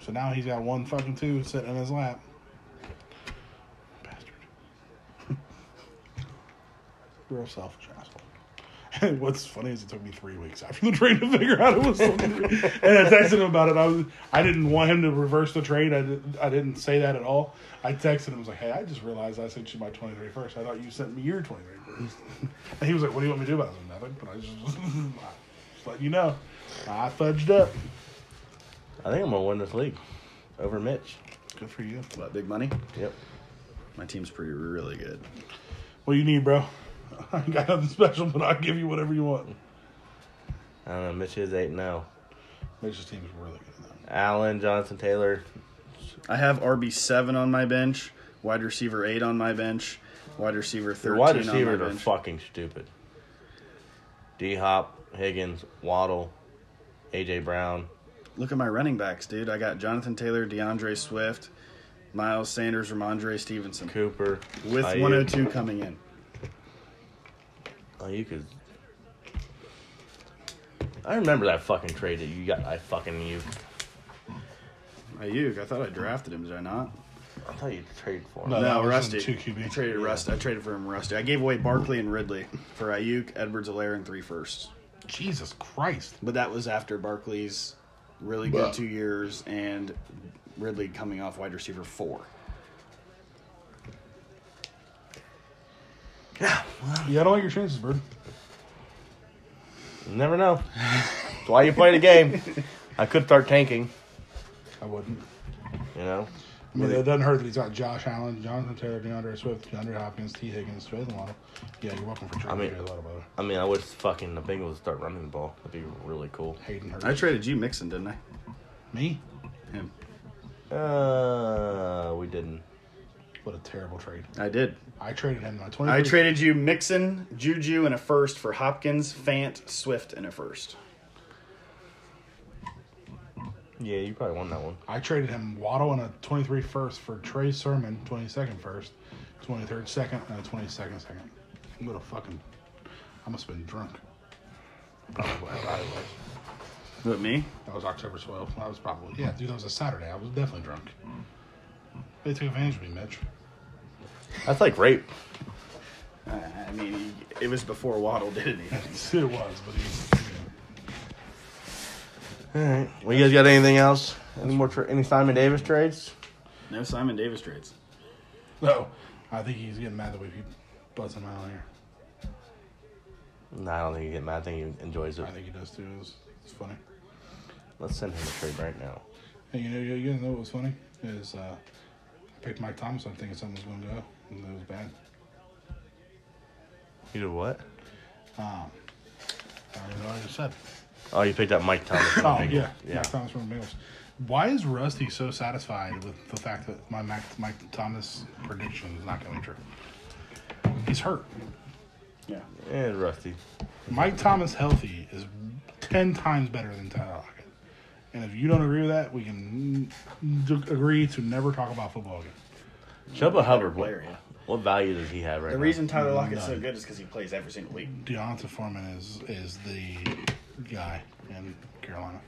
S2: So now he's got one fucking two sitting in his lap. Bastard. Real selfish asshole. And what's funny is it took me three weeks after the trade to figure out it was something. and I texted him about it. I was I didn't want him to reverse the trade. I didn't I didn't say that at all. I texted him I was like, hey, I just realized I sent you my 23 first. I thought you sent me your 23 first. and he was like, what do you want me to do about it? I was like, nothing. But I just, just let you know. I fudged up.
S1: I think I'm gonna win this league over Mitch.
S2: Good for you.
S3: What big money?
S1: Yep.
S3: My team's pretty really good.
S2: What you need, bro? I ain't got nothing special, but I'll give you whatever you want.
S1: I don't know. Mitch is eight now.
S2: Mitch's team is really good in that.
S1: Allen Johnson Taylor.
S3: I have RB seven on my bench, wide receiver eight on my bench, wide receiver
S1: The
S3: thirteen
S1: wide
S3: on
S1: receivers
S3: my
S1: are
S3: bench.
S1: fucking stupid. D Hop, Higgins, Waddle, AJ Brown.
S3: Look at my running backs, dude. I got Jonathan Taylor, DeAndre Swift, Miles Sanders, Ramondre Stevenson,
S1: Cooper
S3: with
S1: Ayuk.
S3: one hundred two coming in.
S1: Ayuk is. I remember that fucking trade that you got. I fucking you.
S3: Ayuk, I thought I drafted him. Did I not?
S1: I thought you traded for him.
S2: No. Uh, that
S3: No,
S2: was in
S3: Rusty.
S2: two QB.
S3: I traded Rust. I traded for him, Rusty. I gave away Barkley and Ridley for Ayuk, Edwards, Alaire, and three firsts.
S4: Jesus Christ.
S3: But that was after Barkley's really good two years and Ridley coming off wide receiver four.
S2: You had all your chances, bird.
S1: You never know. That's why you play the game. I could start tanking,
S2: I wouldn't.
S1: you know.
S2: I mean, it doesn't hurt that he's got Josh Allen, Jonathan Taylor, DeAndre Swift, DeAndre Hopkins, T. Higgins, Trey Lotto. Yeah, you're welcome for trading
S1: mean-
S2: Trey Lotto, by the way.
S1: I mean, I wish fucking the Bengals start running the ball. That'd be really cool.
S2: Hayden Hurst.
S3: I traded you Mixon, didn't I?
S2: Me?
S3: Him.
S1: Uh, we didn't.
S2: What a terrible trade.
S3: I did.
S2: I traded him my 20.
S3: I traded you Mixon, Juju, and a first for Hopkins, Fant, Swift, and a first.
S1: Yeah, you probably won that one.
S2: I traded him Waddle and a 23 first for Trey Sermon, 22nd first, 23rd second, and a 22nd second. I'm gonna fucking. I must have been drunk. Probably, I probably was.
S3: But me?
S2: That was October 12th. I was probably, yeah, dude, that was a Saturday. I was definitely drunk. They took advantage of me, Mitch.
S1: That's like rape.
S3: I I mean, it was before Waddle did anything.
S2: It was, but he,
S1: All right. Well, you guys got anything else? Any more? Tra- any Simon Davis trades?
S3: No Simon Davis trades.
S2: no, I think he's getting mad that we keep buzzing him out here.
S1: No, I don't think he get mad. I think he enjoys it.
S2: I think he does too. It's, it's funny.
S1: Let's send him a trade right now.
S2: Hey, you know, you you guys know what was funny is uh, I picked Mike Thomas. I'm thinking something was going to go, and it was bad.
S1: You did what?
S2: I don't know what I just said.
S1: Oh, you picked up Mike Thomas. from the
S2: Oh
S1: Bengals.
S2: yeah,
S1: yeah.
S2: Mike Thomas from the Bengals. Why is Rusty so satisfied with the fact that my Mac, Mike Thomas prediction is not going to be true? He's hurt.
S3: Yeah.
S1: And Rusty.
S2: Mike Thomas healthy is ten times better than Tyler Lockett. And if you don't agree with that, we can n- n- agree to never talk about football again.
S1: Chuba Hubbard. What,
S3: player, yeah.
S1: what value does he have right
S3: The
S1: now?
S3: reason Tyler Lockett's so good is because he plays every single week.
S2: Deonta Foreman is is the guy in Carolina.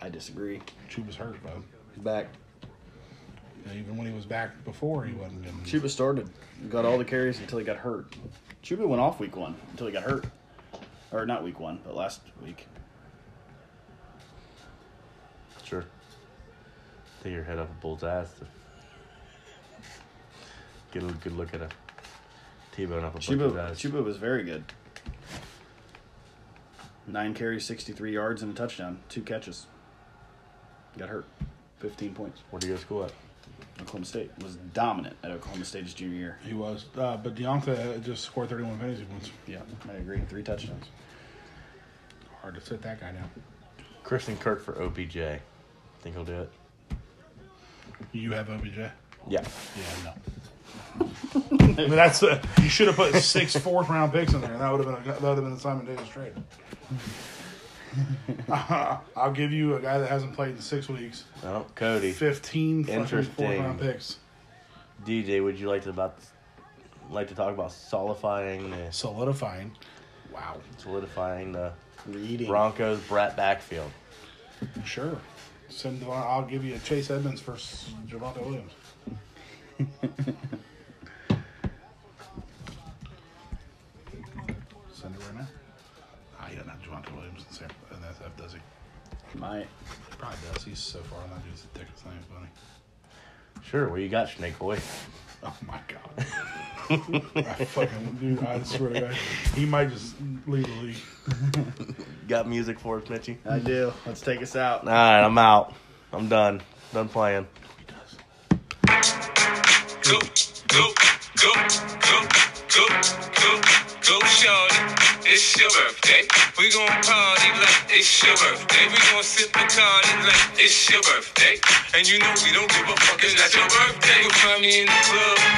S3: I disagree.
S2: Chuba's hurt, bro.
S3: Back.
S2: And even when he was back before, he wasn't getting.
S3: Chuba started, got all the carries until he got hurt. Chuba went off week one until he got hurt, or not week one, but last week.
S1: Sure. Take your head off a bull's ass. To get a good look at a T-bone off a
S3: Chuba
S1: bull's ass.
S3: Chuba was very good. Nine carries, sixty-three yards, and a touchdown. Two catches. Got hurt. Fifteen points.
S1: Where do you go to school at?
S3: Oklahoma State was dominant at Oklahoma State's junior year.
S2: He was, uh, but Deonta just scored 31 fantasy points.
S3: Yeah, I agree. Three touchdowns.
S2: Hard to sit that guy down.
S1: Christian Kirk for OBJ. Think he'll do it?
S2: You have OBJ? Yeah,
S1: Yeah.
S2: no. I mean, that's a, you should have put six fourth round picks in there. and That would have been a, that would have been a Simon Davis trade. I'll give you a guy that hasn't played in six weeks,
S1: Oh, Cody.
S2: 15 fucking fourth
S1: Interesting.
S2: round picks.
S1: DJ, would you like to about like to talk about solidifying the
S2: Solidifying. Wow.
S1: solidifying the
S3: Reading.
S1: Broncos brat backfield?
S2: Sure. Send. Devon- I'll give you a Chase Edmonds for S- Javante Williams. Send it right now. Ah, he doesn't have Javante Williams in San in SF, does he?
S3: My
S2: He probably does. He's so far on that dude's dick. It's not even funny.
S1: Sure, what you got, Snake Boy?
S2: Oh my god. I fucking dude. I swear to God, he might just leave the league.
S1: Got music for us, Mitchy?
S3: I do. Let's take us out.
S1: All right, I'm out. I'm done. Done playing.
S5: go, go, go, go, go, go, go, shorty. It's your birthday. We gon' party like it's your birthday. We gon' sip a card like it's your birthday. And you know we don't give a fuck 'cause that's your birthday. You'll find me in the club.